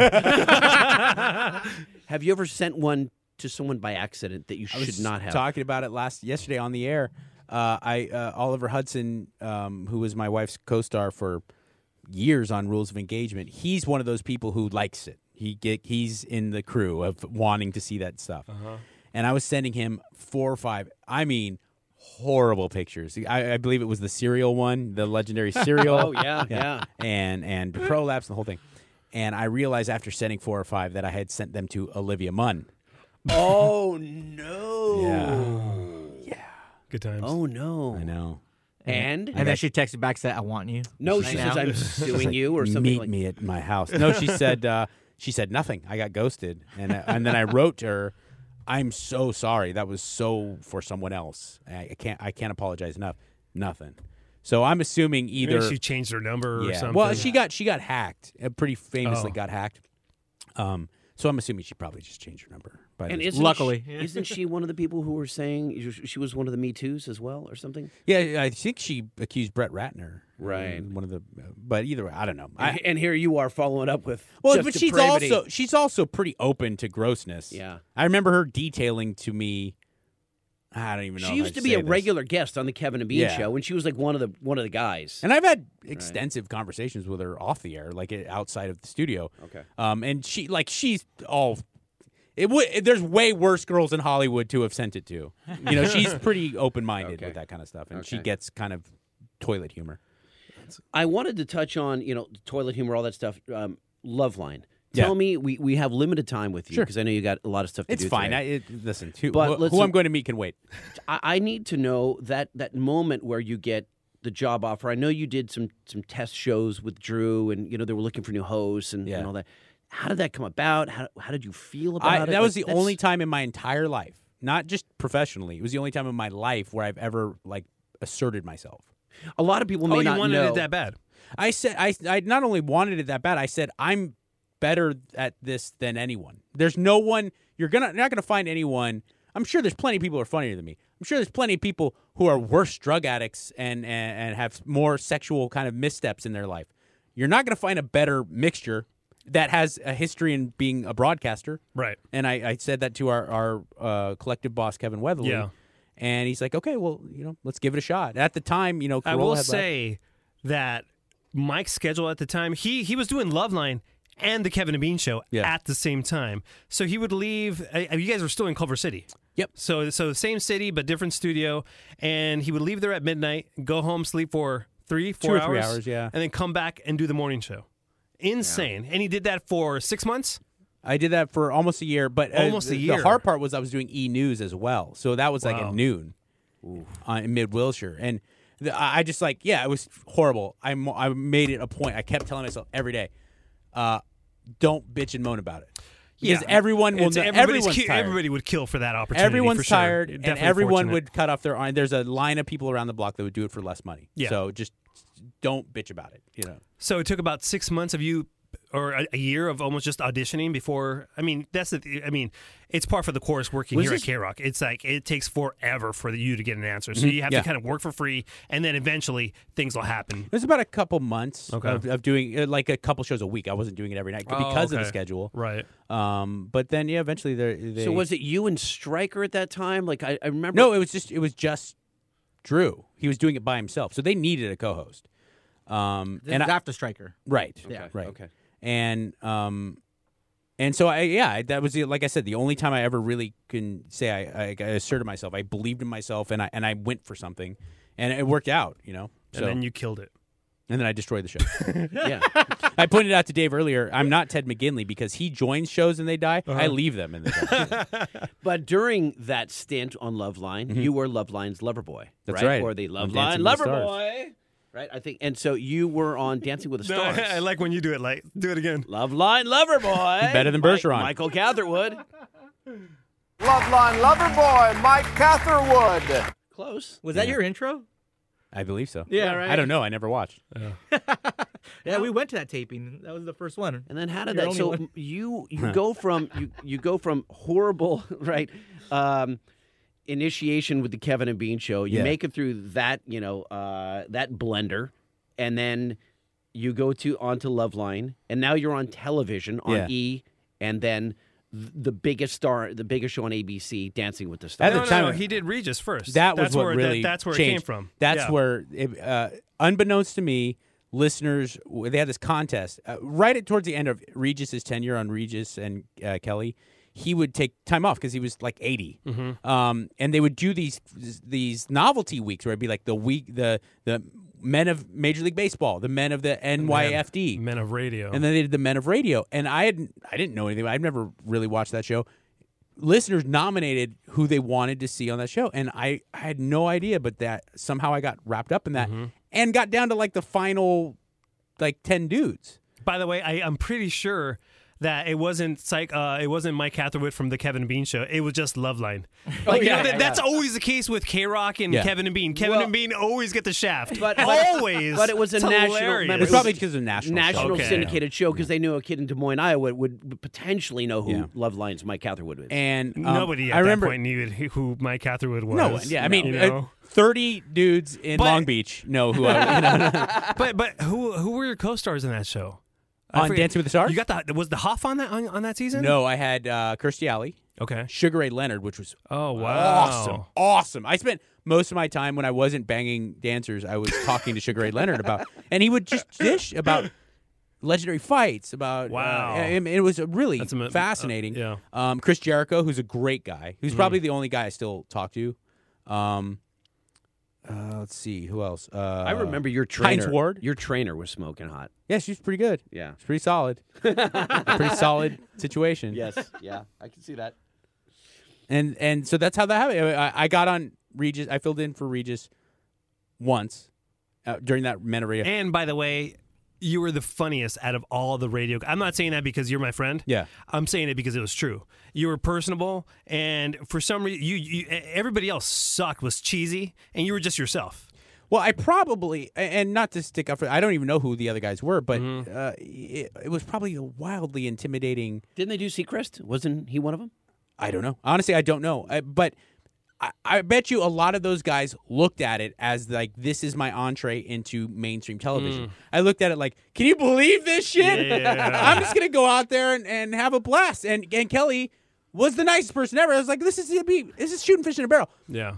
B: have you ever sent one to someone by accident that you
H: I was
B: should not have?
H: talking about it last yesterday on the air. Uh, I uh, Oliver Hudson, um, who was my wife's co-star for years on Rules of Engagement, he's one of those people who likes it. He get he's in the crew of wanting to see that stuff.
B: Uh-huh.
H: And I was sending him four or five. I mean, horrible pictures. I, I believe it was the cereal one, the legendary cereal.
B: Oh, yeah, yeah.
H: And and prolapse and the whole thing. And I realized after sending four or five that I had sent them to Olivia Munn.
B: Oh no.
C: Good times.
B: Oh no. I
H: know.
B: And
I: and then she texted back said, "I want you."
B: No,
I: Right
B: she
I: now.
B: says I'm
H: She's
B: suing
H: like,
B: you or something
H: Meet
B: like
H: me at my house. No, she said uh, she said nothing. I got ghosted, and I, and then I wrote to her, "I'm so sorry. That was so for someone else. I, I can't I can't apologize enough. Nothing." So I'm assuming either
C: she changed her number or
H: Yeah.
C: something.
H: Well, she got she got hacked. uh, Pretty famously
C: Oh.
H: got hacked. Um, so I'm assuming she probably just changed her number. But
B: And isn't
H: luckily,
B: she, isn't she one of the people who were saying she was one of the Me Too's as well, or something?
H: yeah, I think she accused Brett Ratner.
B: Right.
H: One of the, uh, but either way, I don't know. I,
B: And, and here you are following up with
H: Well,
B: just
H: but she's
B: depravity.
H: also she's also pretty open to grossness.
B: Yeah.
H: I remember her detailing to me. I don't even know.
B: she
H: if
B: used
H: I'd
B: to be
H: say
B: a
H: this.
B: regular guest on the Kevin and Bean
H: Yeah.
B: show, and she was like one of the one of the guys.
H: and I've had extensive conversations with her off the air, like eh, outside of the studio.
B: Okay.
H: Um, and she like she's all. It would. There's way worse girls in Hollywood to have sent it to. You know, she's pretty open minded with that kind of stuff, and she
B: Okay.
H: gets kind of toilet humor.
B: I wanted to touch on you know toilet humor, all that stuff. Um, love line.
H: Yeah.
B: Tell me, we, we have limited time with you
H: Sure.
B: because I know you got a lot of stuff to
H: It's
B: do.
H: fine. I,
B: today.
H: it, listen, to,
B: But
H: who,
B: listen-
H: who I'm going to meet can wait.
B: I, I need to know that that moment where you get the job offer. I know you did some some test shows with Drew, and you know they were looking for new hosts and, and all that. How did that come about? How, how did you feel about
H: I,
B: it?
H: That was the
B: Like, that's-
H: only time in my entire life, not just professionally. It was the only time in my life where I've ever like asserted myself.
B: A lot of people
C: may Oh, you not wanted it know- that bad.
H: I said I, I not only wanted it that bad. I said I'm better at this than anyone. There's no one you're gonna you're not gonna find anyone. I'm sure there's plenty of people who are funnier than me. I'm sure there's plenty of people who are worse drug addicts and and, and have more sexual kind of missteps in their life. You're not gonna find a better mixture that has a history in being a broadcaster.
C: Right.
H: And I, I said that to our our uh, collective boss Kevin Weatherly.
C: Yeah.
H: And he's like, okay, well, you know, let's give it a shot. At the time, you know,
C: I
H: Corolla
C: will
H: had left.
C: say that Mike's schedule at the time, he he was doing Loveline and the Kevin and Bean show at the same time. So he would leave. I, I- you guys were still in Culver City.
H: Yep.
C: So so the same city but different studio, and he would leave there at midnight, go home, sleep for three,
H: Two
C: four
H: or three hours, yeah.
C: and then come back and do the morning show. Insane. And he did that for six months.
H: I did that for almost a year, but uh,
C: Almost a
H: the-
C: year.
H: The hard part was I was doing e news as well, so that was like
C: Wow.
H: at noon uh, in mid Wilshire, and the, I I just like yeah, it was horrible. I mo- I made it a point. I kept telling myself every day, uh, don't bitch and moan about it. Because
C: Yeah.
H: everyone will
C: It's-
H: know.
C: everybody's
H: Everyone's
C: ki-
H: tired.
C: everybody would kill for that opportunity.
H: Everyone's
C: for sure.
H: tired, and
C: Definitely
H: everyone
C: fortunate.
H: would cut off their arm. There's a line of people around the block that would do it for less money.
C: Yeah.
H: So just don't bitch about it. You know.
C: So it took about six months of you, or a, a year of almost just auditioning before. I mean, that's the. th- I mean, it's par for the course working
H: Was
C: here
H: this-
C: at K Rock. It's like it takes forever for you to get an answer. So
H: Mhm,
C: you have
H: yeah.
C: to kind of work for free, and then eventually things will happen.
H: It was about a couple months
C: Okay.
H: of, of doing uh, like a couple shows a week. I wasn't doing it every night
C: Oh,
H: because of
C: okay.
H: the schedule.
C: Right.
H: Um, but then yeah, eventually there. They,
B: So was it you and Stryker at that time? Like I, I remember.
H: No, it was just it was just Drew. He was doing it by himself, so they needed a co-host. Um,
I: This
H: and
I: is
H: I-
I: after Stryker.
H: Right.
I: Yeah.
H: Right.
I: Okay.
H: And um, and so I yeah I- that was the, like I said the only time I ever really can say I, I, I asserted myself. I believed in myself and I and I went for something, and it worked out. You know.
C: And then you killed it.
H: And then I destroyed the show. yeah. I pointed out to Dave earlier, I'm not Ted McGinley because he joins shows and they die.
C: Uh-huh.
H: I leave them and they die.
B: But during that stint on Love Line, you were Love Line's lover boy.
H: Mm-hmm. That's right.
B: Or the Love
H: On
B: Line
H: Dancing with
B: lover
H: the
B: boy. Right, I think, and so you were on Dancing with the
C: No,
B: Stars.
C: I like when you do it. Like do it again.
B: Love Line lover boy.
H: Better than
B: Mike-
H: Bergeron.
B: Michael Catherwood.
O: Loveline lover boy, Mike Catherwood.
B: Close.
I: Was that your intro?
H: I believe so.
I: Yeah, right.
H: I don't know. I never watched.
I: Yeah, we went to that taping. That was the first one.
B: And then how did
I: Your
B: that?
I: only
B: So
I: one.
B: you you go from you you go from horrible right um, initiation with the Kevin and Bean show. You
G: Yeah.
B: make it through that you know uh, that blender, and then you go to onto Loveline, and now you're on television on
H: Yeah.
B: E, and then th- the biggest star, the biggest show on ABC, Dancing with the Stars.
H: At the
C: no,
H: time-
C: no, no, he did Regis first.
H: That was
C: that's
H: what
C: where,
H: really
C: That, that's where
H: changed.
C: it came from.
H: That's
C: Yeah.
H: where, it, uh, unbeknownst to me, listeners w- they had this contest uh, right at towards the end of Regis's tenure on Regis and uh, Kelly. He would take time off because he was like 80
C: Mm-hmm.
G: Mhm.
H: um, and they would do these these novelty weeks where it'd be like the week the the men of Major League Baseball, the men of the NYFD,
C: men of radio,
H: and then they did the Men of Radio. And I had I didn't know anything. I've never really watched that show. listeners nominated who they wanted to see on that show, and I, I had no idea, but that somehow I got wrapped up in that
C: Mm-hmm.
H: and got down to like the final like ten dudes.
C: By the way, I, I'm pretty sure that it wasn't psych, uh, it wasn't Mike Catherwood from the Kevin and Bean show. It was just Loveline.
B: Oh,
C: Like, you know,
H: yeah,
C: that,
H: yeah,
C: that's
H: yeah.
C: always the case with K Rock and
H: Yeah.
C: Kevin and Bean. Kevin and Bean always get the shaft.
B: But, but-
C: always.
B: But it was a
C: It's
B: national.
C: hilarious.
B: remember, it was national syndicated show because they knew a kid in Des Moines, Iowa would would potentially know who Love Lines Mike Catherwood is.
H: And um,
C: Nobody at
H: I remember
C: that point knew who- who Mike Catherwood was.
H: no one. Yeah, I mean,
C: you
H: uh,
C: know?
H: thirty dudes in
C: But-
H: Long Beach know who I. You know.
C: but but who who were your co-stars in that show? I
H: On
C: forget.
H: Dancing with the Stars?
C: You got the was the Hoff on that on, on that season?
H: No, I had uh, Kirstie Alley.
C: Okay.
H: Sugar Ray Leonard, which was
C: oh wow.
H: awesome, awesome. I spent most of my time when I wasn't banging dancers, I was talking to Sugar Ray Leonard about, and he would just dish about legendary fights, about
C: Wow.
H: Uh, and- and it was really
C: ama-
H: fascinating.
C: uh,
H: yeah. Um, Chris Jericho, who's a great guy, who's
C: Mhm.
H: probably the only guy I still talk to. Um, uh, let's see who else. Uh,
B: I remember your trainer.
H: Heinz Ward.
B: Your trainer was smoking hot.
H: Yeah, she's pretty good.
B: Yeah.
H: She's pretty solid. A pretty solid situation.
B: Yes. Yeah. I can see that.
H: And and so that's how that happened. I, I got on Regis. I filled in for Regis once uh, during that Menorrhea.
C: And by the way, you were the funniest out of all the radio. I'm not saying that because you're my friend.
H: Yeah.
C: I'm saying it because it was true. You were personable, and for some reason, you, you e, everybody else sucked was cheesy, and you were just yourself.
H: Well, I probably a- and not to stick up for. I don't even know who the other guys were, but uh, it, it was probably a wildly intimidating.
B: Didn't they do Seacrest? Wasn't he one of them?
H: I don't know. Honestly, I don't know. I, but I, I bet you a lot of those guys looked at it as like this is my entree into mainstream television.
C: Mm.
H: I looked at it like, can you believe this shit?
C: Yeah.
H: I'm just gonna go out there and, and have a blast. And and Kelly was the nicest person ever. I was like, this is gonna be this is shooting fish in a barrel.
C: Yeah.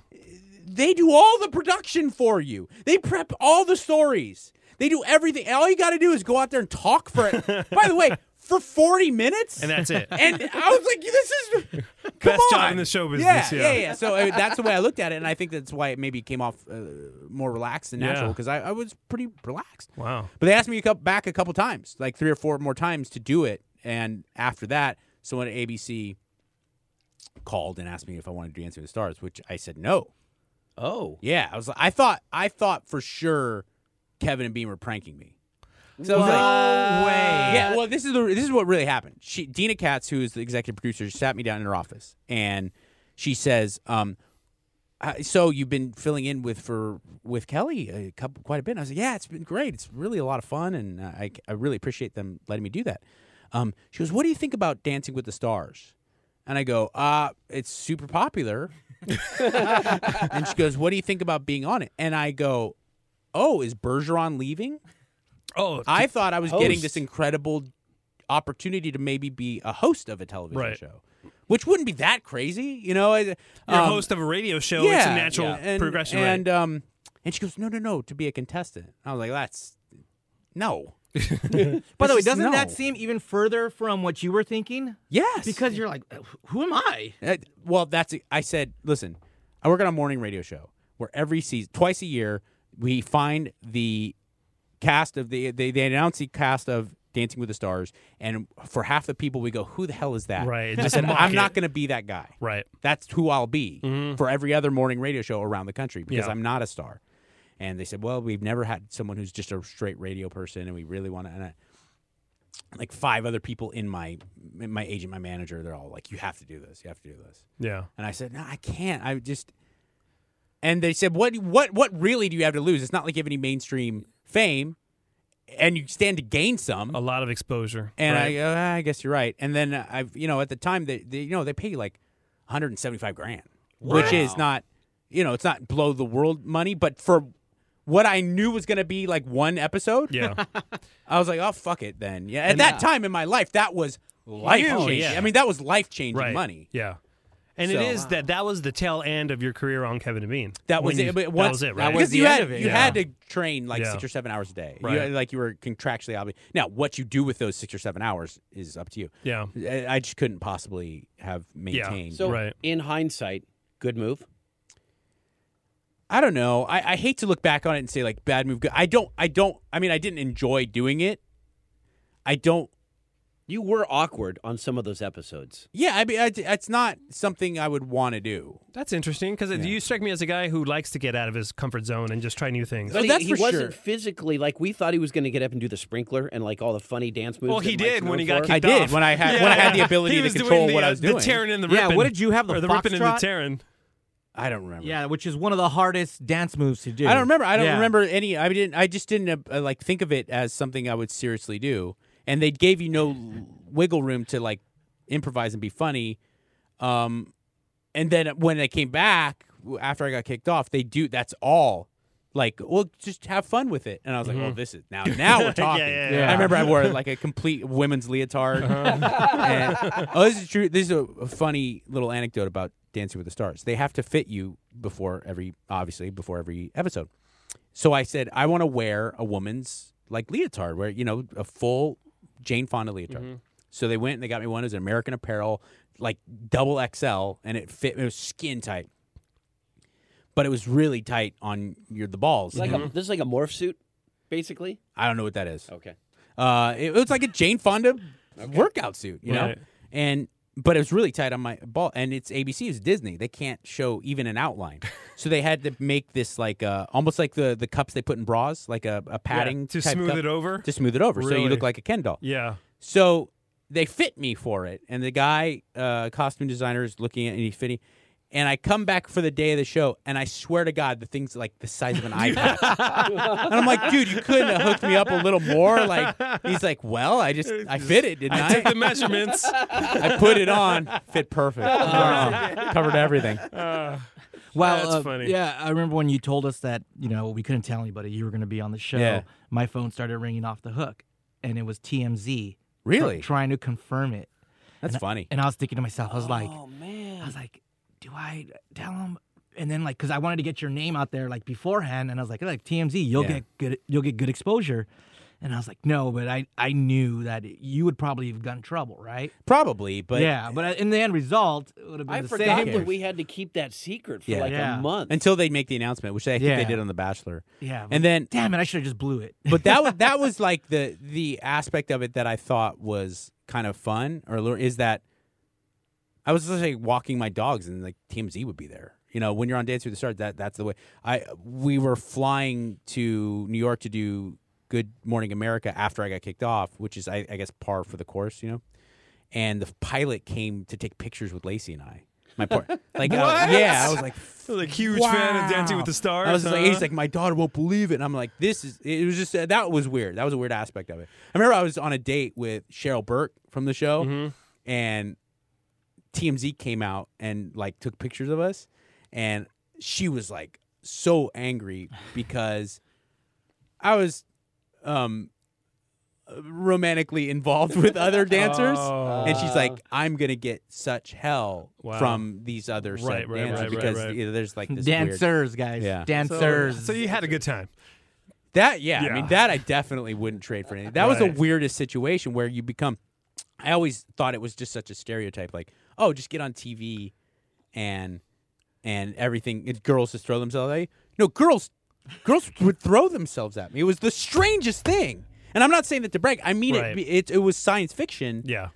H: They do all the production for you. They prep all the stories. They do everything. All you got to do is go out there and talk for it. By the way, for 40 minutes,
C: And that's it.
H: And I was like, this is
C: Best
H: Come
C: job
H: on.
C: in the show business.
H: Yeah, yeah, yeah. So uh, that's the way I looked at it, and I think that's why it maybe came off uh, more relaxed and
C: Yeah.
H: natural because I, I was pretty relaxed.
C: Wow.
H: But they asked me to come back a couple times, like three or four more times to do it, and after that, someone at ABC called and asked me if I wanted to do Dancing with the Stars, which I said no.
B: Oh,
H: yeah. I was like, I thought, I thought for sure Kevin and Bean were pranking me. So I was
C: No
H: like,
C: way.
H: Yeah. Well, this is the this is what really happened. She, Dina Katz, who is the executive producer, sat me down in her office and she says, um, I- "So you've been filling in with for with Kelly a couple quite a bit." And I was like, "Yeah, it's been great. It's really a lot of fun, and I I really appreciate them letting me do that." Um, she goes, "What do you think about Dancing with the Stars?" And I go, "Uh, it's super popular." and she goes, "What do you think about being on it?" And I go, "Oh, is Bergeron leaving?"
C: Oh,
H: I thought I was getting
C: host.
H: this incredible opportunity to maybe be a host of a television
C: Right.
H: show, which wouldn't be that crazy, you know. I-
C: You're
H: um,
C: host of a radio show.
H: yeah,
C: it's a natural
H: yeah. And-
C: progression. right?
H: And um, and she goes, "No, no, no, to be a contestant." I was like, "That's no."
I: By the way,
H: It's just
I: doesn't that
H: no.
I: seem even further from what you were thinking?
H: Yes.
I: Because you're like, who am I?
H: Uh, well, that's I said. Listen, I work on a morning radio show where every season, twice a year, we find the cast of the they, they announce the cast of Dancing with the Stars, and for half the people, we go, "Who the hell is that?"
C: Right,
H: I
C: just
H: said,
C: mock
H: I'm
C: it.
H: not going to be that guy.
C: Right.
H: That's who I'll be for every other morning radio show around the country because
C: Yeah.
H: I'm not a star. And they said, "Well, we've never had someone who's just a straight radio person, and we really want to." And I, like five other people in my in my agent, my manager, they're all like, "You have to do this. You have to do this."
C: yeah.
H: And I said, "No, I can't. I just." And they said, "What? What? What really do you have to lose? It's not like you have any mainstream fame, and you stand to gain some."
C: A lot of exposure.
H: And
C: right?
H: I, go, "Ah, I guess you're right. And then I've, you know, at the time they, they you know, they pay you like 175 grand, which is not, you know, it's not blow the world money, but for what I knew was going to be like one episode,
C: Yeah. uh,
H: I was like, oh fuck it then. Yeah, at that time in my life, that was life
C: Huge.
H: changing.
C: Oh, yeah.
H: I mean, that was life changing
C: Right.
H: money.
C: Yeah. And
H: So-
C: it is that that was the tail end of your career on Kevin and Bean.
H: That was
C: When you-
H: it. But
C: that
H: once-
C: was it, right?
H: Because you had you had to train like
C: Yeah.
H: six or seven hours a day. You-
C: Right.
H: like you were contractually obligated. Now, what you do with those six or seven hours is up to you.
C: Yeah.
H: I- I just couldn't possibly have maintained.
B: So in hindsight, good move.
H: I don't know. I, I hate to look back on it and say like bad move. Good. I don't. I don't. I mean, I didn't enjoy doing it. I don't
B: You were awkward on some of those episodes.
H: Yeah, I mean, I, it's not something I would want to do.
C: That's interesting because you strike me as a guy who likes to get out of his comfort zone and just try new things.
B: But he- he, wasn't physically like we thought he was going to get up and do the sprinkler and like all the funny dance moves.
C: Well,
B: that
C: he
B: Mike's
C: did
B: known
C: when he got
B: for.
C: kicked off. yeah. He was doing the, uh, The tearing and the ripping. Or the ripping and the
I: foxtrot?
C: tearing.
H: I don't remember.
I: Yeah, which is one of the hardest dance moves to do.
H: I don't remember. I don't
I: Yeah.
H: remember any. I didn't. I just didn't uh, uh, like think of it as something I would seriously do. And they gave you no l- wiggle room to like improvise and be funny. Um, and then when I came back w- after I got kicked off, they do. That's all. Like, well, just have fun with it. And I was like, well,
C: Mhm.
H: this is now. Now
C: Yeah,
H: we're talking.
C: yeah, yeah. Uh-huh.
H: I remember I wore like a complete women's leotard. And- oh, this is true. This is a, a funny little anecdote about Dancing with the Stars. They have to fit you before every, obviously, before every episode. So I said, I want to wear a woman's like leotard, where you know a full Jane Fonda leotard.
C: Mhm.
H: So they went and they got me one. It was an American Apparel, like double XL, and it fit. It was skin tight, but it was really tight on your the balls.
B: It's like a, this is like a morph suit, basically.
H: I don't know what that is.
B: Okay.
H: Uh, it, it was like a Jane Fonda workout suit, you know,
B: Right.
H: and but it was really tight on my ball. And it's ABC, it's Disney. They can't show even an outline, so they had to make this like uh, almost like the the cups they put in bras, like a, a padding
C: to
H: type
C: smooth
H: cup-
C: it over?
H: to smooth it over, so you
C: Really?
H: look like a Ken doll.
C: Yeah.
H: So they fit me for it, and the guy, uh, costume designer, is looking at and he's fitting. And I come back for the day of the show, and I swear to God, the thing's like the size of an iPad. and I'm like, dude, you couldn't have hooked me up a little more. Like, he's like, well, I just I fit it, didn't I?
C: I took the measurements.
H: I put it on, fit perfect, Wow. covered everything.
C: Uh,
I: Well,
C: that's
I: uh,
C: funny.
I: yeah, I remember when you told us that you know we couldn't tell anybody you were going to be on the show.
H: Yeah.
I: My phone started ringing off the hook, and it was TMZ. tr-
H: Really?
I: trying to confirm it.
H: That's
I: And I-
H: funny.
I: and I was thinking to myself, I was like,
G: Oh, man.
I: I was like, do I tell him? And then like, cause I wanted to get your name out there like beforehand, and I was like, like TMZ, you'll
G: Yeah.
I: get good, you'll get good exposure. And I was like, no, but I I knew that you would probably have gotten trouble, right?
H: Probably, but
I: yeah, but in the end result, it would have been
B: I
I: the
B: forgot
I: same.
B: that we had to keep that secret for like a month.
H: until they make the announcement, which I think
I: Yeah.
H: they did on The Bachelor.
I: Yeah, but
H: and then
I: damn it, I should have just blew it.
H: but that was that was like the the aspect of it that I thought was kind of fun or allure- is that I was just like walking my dogs and like TMZ would be there. You know, when you're on Dance with the Stars, that that's the way. I we were flying to New York to do Good Morning America after I got kicked off, which is I, I guess par for the course. You know, and the pilot came to take pictures with Lacey and I. My part, like I was-
C: What?
H: yeah, I was like,
C: I was a huge fan of Dancing with the Stars.
H: I was just like, he's
C: huh?
H: like, my daughter won't believe it. And I'm like, this is, it was just, that was weird. That was a weird aspect of it. I remember I was on a date with Cheryl Burke from the show,
C: Mm-hmm.
H: and TMZ came out and like took pictures of us. And she was like so angry because I was, um, romantically involved with other dancers
C: Oh.
H: and she's like i'm gonna get such hell
C: Wow.
H: from these other set
C: Right, right,
H: dancers
C: right, right,
H: because
C: right.
H: you know, there's like this weird-
I: dancers, guys,
H: Yeah.
I: dancers.
C: So, so you had a good time.
H: That yeah, I
C: Yeah.
H: mean that I definitely wouldn't trade for anything. That was the
C: Right.
H: weirdest situation where you become. I always thought it was just such a stereotype, like oh, just get on TV, and and everything. It, girls just throw themselves at you. No, girls, girls would throw themselves at me. It was the strangest thing, and I'm not saying that to brag. I mean
C: Right.
H: it, it. It was science fiction.
C: Yeah.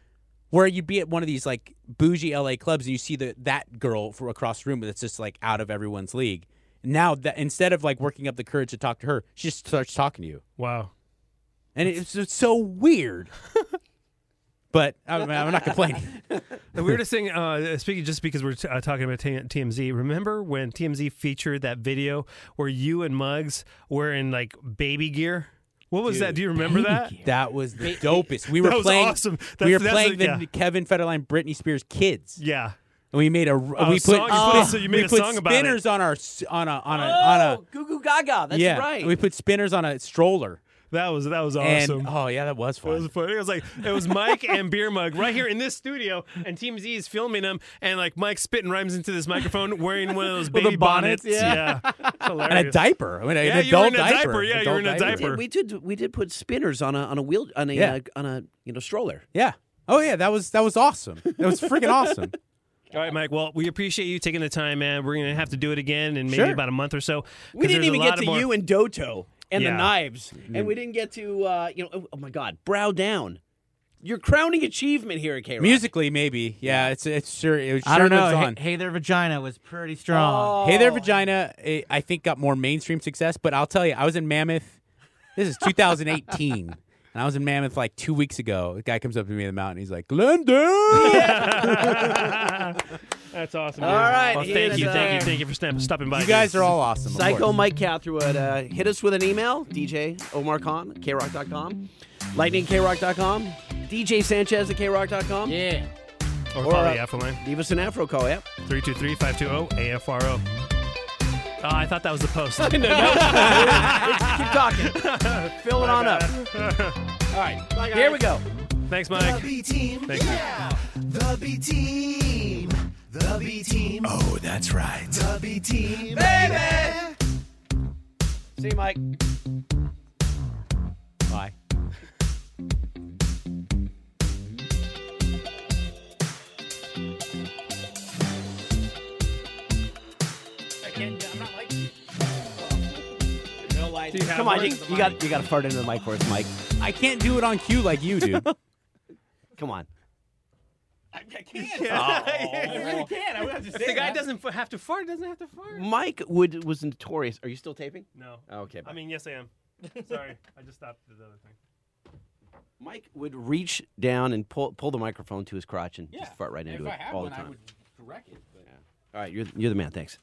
H: Where you'd be at one of these like bougie LA clubs and you see the, that girl from across the room that's just like out of everyone's league. Now that instead of like working up the courage to talk to her, she just starts talking to you.
C: Wow.
H: And it's, it's so weird. but I mean, I'm not complaining.
C: The weirdest thing, uh, speaking just because we're t- uh, talking about T- TMZ, remember when TMZ featured that video where you and Muggs were in like baby gear? What was that? Do you remember that?
H: That was the dopest. We were
C: That was
H: playing.
C: awesome.
H: we
C: That's-
H: were
C: that's
H: playing
C: a-
H: the
C: yeah.
H: Kevin Federline, Britney Spears kids.
C: Yeah.
H: And we made a.
C: Oh,
H: we put,
C: song. You put a- so you made
H: we
C: a
H: put
C: song about it.
H: spinners on our s- on a on a on a.
B: Oh, Goo Goo Gaga. That's
H: yeah,
B: right.
H: We put spinners on a stroller.
C: That was that was
H: And-
C: awesome.
H: oh yeah, that was fun.
C: It was funny. It was like it was Mike and Beer Mug right here in this studio, and Team Z is filming them, and like Mike spitting rhymes into this microphone wearing one of those
H: With
C: baby
H: the bonnets,
C: Yeah,
H: yeah.
C: Hilarious.
H: And a diaper. I mean, an
C: yeah, you were
H: adult
C: in a diaper.
H: diaper.
C: Yeah, you
H: Adult
C: were in a
H: diaper.
C: diaper.
B: Yeah, we did. We did put spinners on a on a wheel on a
H: Yeah.
B: uh, on a you know stroller.
H: Yeah. Oh yeah, that was that was awesome. That was freaking awesome.
C: All right, Mike. Well, we appreciate you taking the time, man. We're gonna have to do it again in maybe
B: Sure.
C: about a month or so.
B: We didn't even get to you and Mm-hmm. Doto and
C: Yeah.
B: the knives,
C: Mm.
B: and we didn't get to uh, you know. Oh, oh my God, brow down. Your crowning achievement here at K Rock.
H: Musically, maybe. Yeah, it's it's sure. It sure
I: I don't
H: lives
I: know.
H: on.
I: Hey, hey, their vagina was pretty
C: Oh.
I: strong.
H: Hey There Vagina, eh, I think got more mainstream success, but I'll tell you, I was in Mammoth. This is 2018. And I was in Mammoth like two weeks ago. A guy comes up to me in the mountain. He's like, Glendale!
C: That's awesome.
B: All
C: dude.
B: right,
C: Well,
B: yeah,
C: thank you,
B: that's
C: thank
B: all.
C: you, thank you for snap- stopping by.
B: You
C: dude.
B: guys are
H: all awesome.
B: Psycho Mike Catherwood, uh, hit us with an email, DJ Omar Khan, krock.com, lightning krock.com, DJ Sanchez at krock.com. Yeah.
C: Or, call the Afro line.
B: Leave us an Afro call, yep.
C: 323 520 AFRO. Oh, I thought that was the post.
B: Keep talking. Fill it on up. All right. Here we go.
C: Thanks,
G: The
C: Mike.
G: B team.
C: Thank you.
G: yeah. The B team. The B team.
J: Oh, that's right.
G: The B team.
B: Baby. See you, Mike.
H: Bye.
B: Come on, you, you got you got to fart into the mic for us, Mike.
H: I can't do it on cue like you do.
B: Come on.
C: I really can. I would have to say The guy doesn't f- have to fart. Doesn't have to fart.
B: Mike Wood was notorious. Are you still taping?
C: No.
B: Okay.
C: I mean, yes, I am. Sorry, I just stopped the other thing.
B: Mike would reach down and pull pull the microphone to his crotch and
H: Yeah.
B: just fart right into
H: If I
B: it
H: had
B: all
H: one,
B: the
H: I
B: time.
H: would correct it. but-
B: All right, you're you're the man. Thanks.